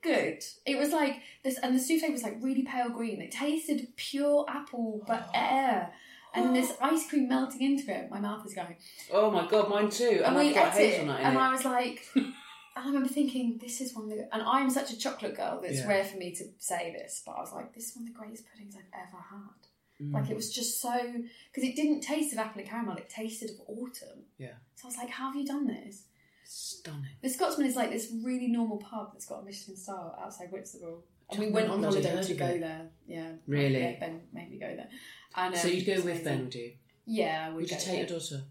Speaker 2: good. It was like this, and the souffle was like really pale green. It tasted pure apple, but air. And this ice cream melting into it, my mouth is going.
Speaker 1: Oh my god, mine too.
Speaker 2: And
Speaker 1: And,
Speaker 2: we
Speaker 1: I've got
Speaker 2: ate it,
Speaker 1: hazelnut in
Speaker 2: and
Speaker 1: it.
Speaker 2: I was like, and I remember thinking, this is one of the. And I'm such a chocolate girl that it's
Speaker 1: Yeah.
Speaker 2: rare for me to say this, but I was like, this is one of the greatest puddings I've ever had.
Speaker 1: Mm.
Speaker 2: Like it was just so because it didn't taste of apple and caramel; it tasted of autumn.
Speaker 1: Yeah.
Speaker 2: So I was like, how have you done this?
Speaker 1: Stunning.
Speaker 2: The Scotsman is like this really normal pub that's got a Michelin star outside Whitstable. And we
Speaker 1: I've
Speaker 2: went on
Speaker 1: bloody
Speaker 2: holiday
Speaker 1: heard
Speaker 2: to
Speaker 1: of
Speaker 2: go
Speaker 1: it.
Speaker 2: there. Yeah.
Speaker 1: Really?
Speaker 2: Yeah, ben made me go there. And,
Speaker 1: so
Speaker 2: um,
Speaker 1: you'd go
Speaker 2: it's
Speaker 1: with Ben,
Speaker 2: amazing.
Speaker 1: would you?
Speaker 2: Yeah, I would.
Speaker 1: Would you
Speaker 2: go
Speaker 1: take
Speaker 2: with-
Speaker 1: your daughter?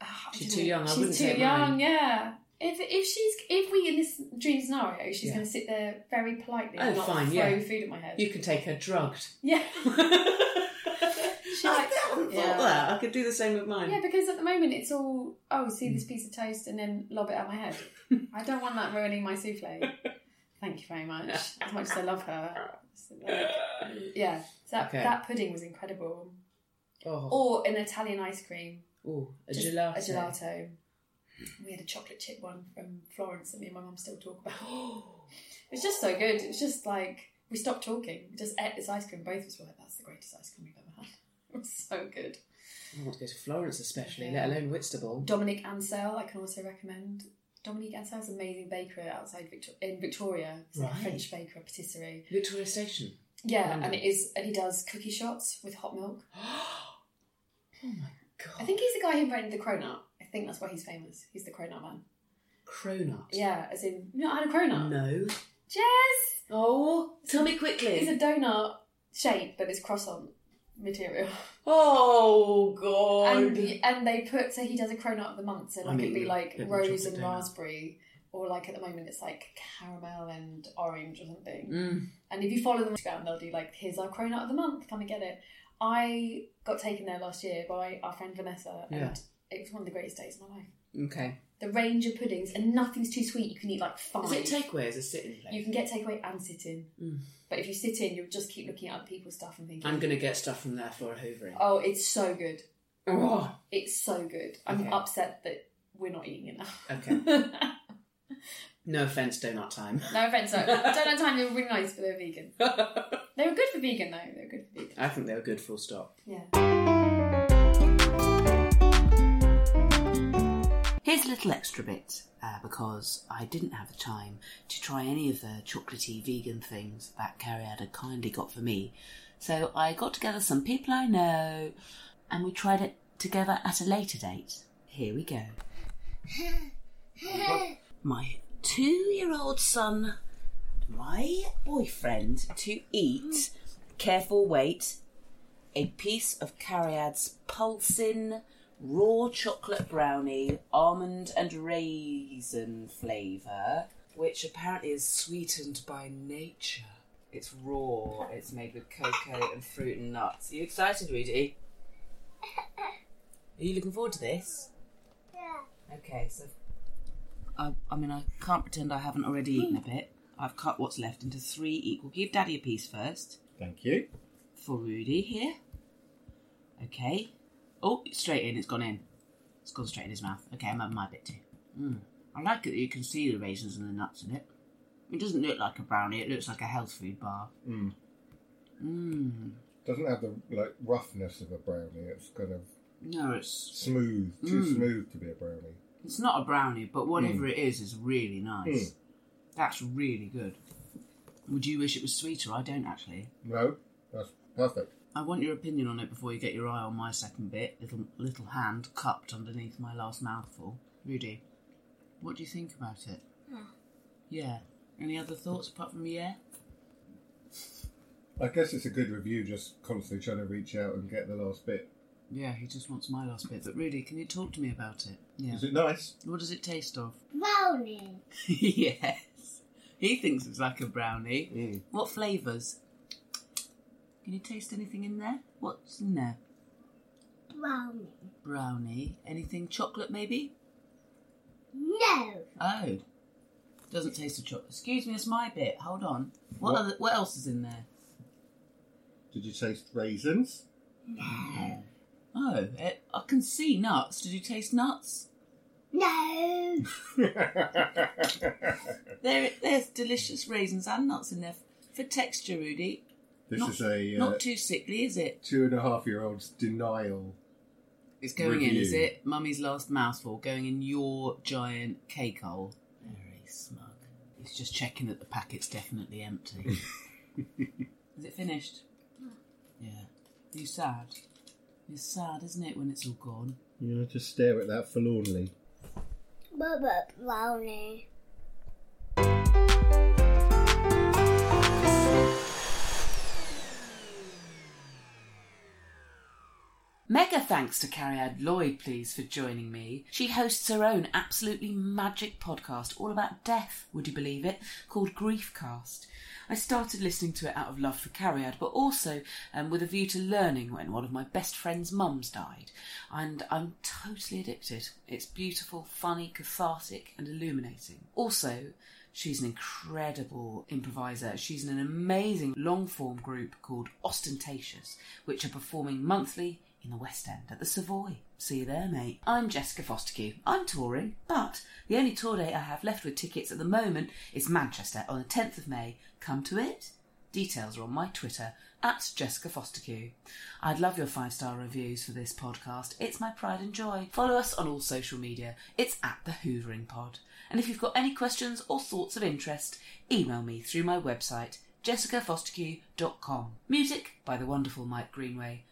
Speaker 2: Ah, I
Speaker 1: She's
Speaker 2: don't
Speaker 1: too
Speaker 2: know.
Speaker 1: young, I
Speaker 2: She's
Speaker 1: wouldn't
Speaker 2: too
Speaker 1: take
Speaker 2: young.
Speaker 1: mine.
Speaker 2: Yeah. If if she's if we in this dream scenario, she's
Speaker 1: Yeah.
Speaker 2: going to sit there very politely
Speaker 1: Oh,
Speaker 2: and not
Speaker 1: fine,
Speaker 2: throw
Speaker 1: yeah.
Speaker 2: food at my head.
Speaker 1: You can take her drugged.
Speaker 2: yeah.
Speaker 1: she
Speaker 2: like-
Speaker 1: I haven't
Speaker 2: Yeah.
Speaker 1: thought that. I could do the same with mine.
Speaker 2: Yeah, because at the moment it's all oh, see
Speaker 1: Mm.
Speaker 2: this piece of toast and then lob it at my head. I don't want that ruining my souffle. Thank you very much. As much as I love her, it's like- yeah. So that
Speaker 1: Okay.
Speaker 2: that pudding was incredible,
Speaker 1: oh,
Speaker 2: or an Italian ice cream,
Speaker 1: Ooh, a
Speaker 2: Just
Speaker 1: gelato.
Speaker 2: A gelato. We had a chocolate chip one from Florence that me and my mum still talk about. it was just so good. It was just like we stopped talking, we just ate this ice cream. Both of us were like, "That's the greatest ice cream we've ever had." It was so good.
Speaker 1: I want to go to Florence, especially,
Speaker 2: Yeah.
Speaker 1: let alone Whitstable.
Speaker 2: Dominic Ansel, I can also recommend. Dominic Ansel's an amazing baker outside Victor- in Victoria. It's like a
Speaker 1: Right.
Speaker 2: French baker, a patisserie.
Speaker 1: Victoria Station.
Speaker 2: Yeah,
Speaker 1: London.
Speaker 2: and it is, and he does cookie shots with hot milk.
Speaker 1: Oh my god.
Speaker 2: I think he's the guy who invented the cronut. I think that's why he's famous. He's the cronut man.
Speaker 1: Cronut.
Speaker 2: Yeah, as in, you not had a cronut?
Speaker 1: No.
Speaker 2: Yes!
Speaker 1: Oh, tell me quickly.
Speaker 2: It's a donut shape, but it's croissant material.
Speaker 1: Oh god.
Speaker 2: And, and they put, so he does a cronut of the month, so
Speaker 1: I
Speaker 2: like
Speaker 1: mean,
Speaker 2: it'd be
Speaker 1: a
Speaker 2: like
Speaker 1: bit more
Speaker 2: rose
Speaker 1: chocolate
Speaker 2: and
Speaker 1: donut.
Speaker 2: raspberry, or like at the moment it's like caramel and orange or something.
Speaker 1: Mm.
Speaker 2: And if you follow them on Instagram, they'll do like, here's our cronut of the month, come and get it. I got taken there last year by our friend Vanessa, and
Speaker 1: Yeah.
Speaker 2: it was one of the greatest days of my life.
Speaker 1: Okay.
Speaker 2: The range of puddings, and nothing's too sweet. Oh, You can eat like five.
Speaker 1: Is it takeaway? or Is it sit-in place?
Speaker 2: you can get takeaway and sit in. But if you sit in, you'll just keep looking at other people's stuff and thinking,
Speaker 1: Mm. I'm going to get stuff from there for a hoovering.
Speaker 2: oh, it's so good.
Speaker 1: Oh.
Speaker 2: It's so good. I'm
Speaker 1: Okay.
Speaker 2: upset that we're not eating enough.
Speaker 1: Okay.
Speaker 2: no
Speaker 1: No offence, donut time.
Speaker 2: offense, though. Donut time, they were really nice, but they were vegan. They were good for vegan, though. They were good for vegan.
Speaker 1: I think they were good full stop.
Speaker 2: Yeah.
Speaker 1: Here's a little extra bit uh, because I didn't have the time to try any of the chocolatey vegan things that Carrie had kindly got for me. So I got together some people I know and we tried it together at a later date. Here we go. My two year old son, my boyfriend, to eat, careful wait, a piece of Cariad's pulsin raw chocolate brownie, almond and raisin flavour, which apparently is sweetened by nature. It's raw, it's made with cocoa and fruit and nuts. Are you excited, Rudy? Are you looking forward to this? Yeah. Okay, so. I, I mean, I can't pretend I haven't already eaten a bit. I've cut what's left into three equal. Give Daddy a piece first
Speaker 5: Thank you.
Speaker 1: for Rudy here. Okay. Oh, it's straight in. It's gone in. It's gone straight in his mouth. Okay, I'm having my bit too. Mm. I like it that you can see the raisins and the nuts in it. It doesn't look like a brownie. It looks like a health food bar.
Speaker 5: Mm.
Speaker 1: Mmm.
Speaker 5: Doesn't have the like roughness of a brownie. It's kind of
Speaker 1: No, it's
Speaker 5: smooth, too
Speaker 1: Mm.
Speaker 5: smooth to be a brownie.
Speaker 1: it's
Speaker 5: hmm.
Speaker 1: Hmm.
Speaker 2: Hmm.
Speaker 1: not a brownie, but whatever it is, is really nice. That's really good.
Speaker 6: Would you wish it was sweeter? I don't actually.
Speaker 1: No, that's perfect.
Speaker 6: I want your opinion on it before you get your eye on my second bit. Little little hand cupped underneath my last mouthful. Rudy, what do you think about it? Yeah. Any other thoughts apart from yeah?
Speaker 1: I guess it's a good review, just constantly trying to reach out and get the last bit.
Speaker 6: Yeah, he just wants my last bit. But Rudy, can you talk to me about it? Yeah.
Speaker 1: Is it nice?
Speaker 6: What does it taste of?
Speaker 7: Rolling.
Speaker 6: yes. He thinks it's like a brownie.
Speaker 1: Mm.
Speaker 6: What flavours? Can you taste anything in there? What's in there?
Speaker 7: Rolling.
Speaker 6: Brownie. Anything chocolate maybe?
Speaker 7: No.
Speaker 6: Oh. Doesn't taste of chocolate. Excuse me, it's my bit. Hold on. What
Speaker 1: What?
Speaker 6: other, what else is in there?
Speaker 1: Did you taste raisins?
Speaker 6: Oh, eh, I can see nuts. Did you taste nuts?
Speaker 7: No.
Speaker 6: There, there's delicious raisins and nuts in there f- for texture, Rudy.
Speaker 1: This
Speaker 6: Not-
Speaker 1: is a uh,
Speaker 6: Not too sickly, is it?
Speaker 1: two and a half year old's denial.
Speaker 6: It's going in, is
Speaker 1: Review.
Speaker 6: it? Mummy's last mouthful going in your giant cake hole. Very smug. He's just checking that the packet's definitely empty. is it finished? Yeah. Are you sad? It's sad, isn't it, when it's all gone?
Speaker 1: You're going to just stare at that forlornly.
Speaker 7: Bubba rolling.
Speaker 6: Mega thanks to Carriad Lloyd, please, for joining me. She hosts her own absolutely magic podcast all about death, would you believe it, called Griefcast. I started listening to it out of love for Carriad, but also um, with a view to learning when one of my best friend's mums died. And I'm totally addicted. It's beautiful, funny, cathartic, and illuminating. Also, She's an incredible improviser. She's in an amazing long form group called Ostentatious, which are performing monthly in the West End at the Savoy. See you there, mate. I'm Jessica Fostercue. I'm touring, but the only tour date I have left with tickets at the moment is Manchester on the 10th of May. Come to it. Details are on my Twitter at Jessica Fostercue. I'd love your five star reviews for this podcast. It's my pride and joy. Follow us on all social media. It's at the Hoovering Pod. And if you've got any questions or thoughts of interest, email me through my website, jessicafostercue.com. Music by the wonderful Mike Greenway.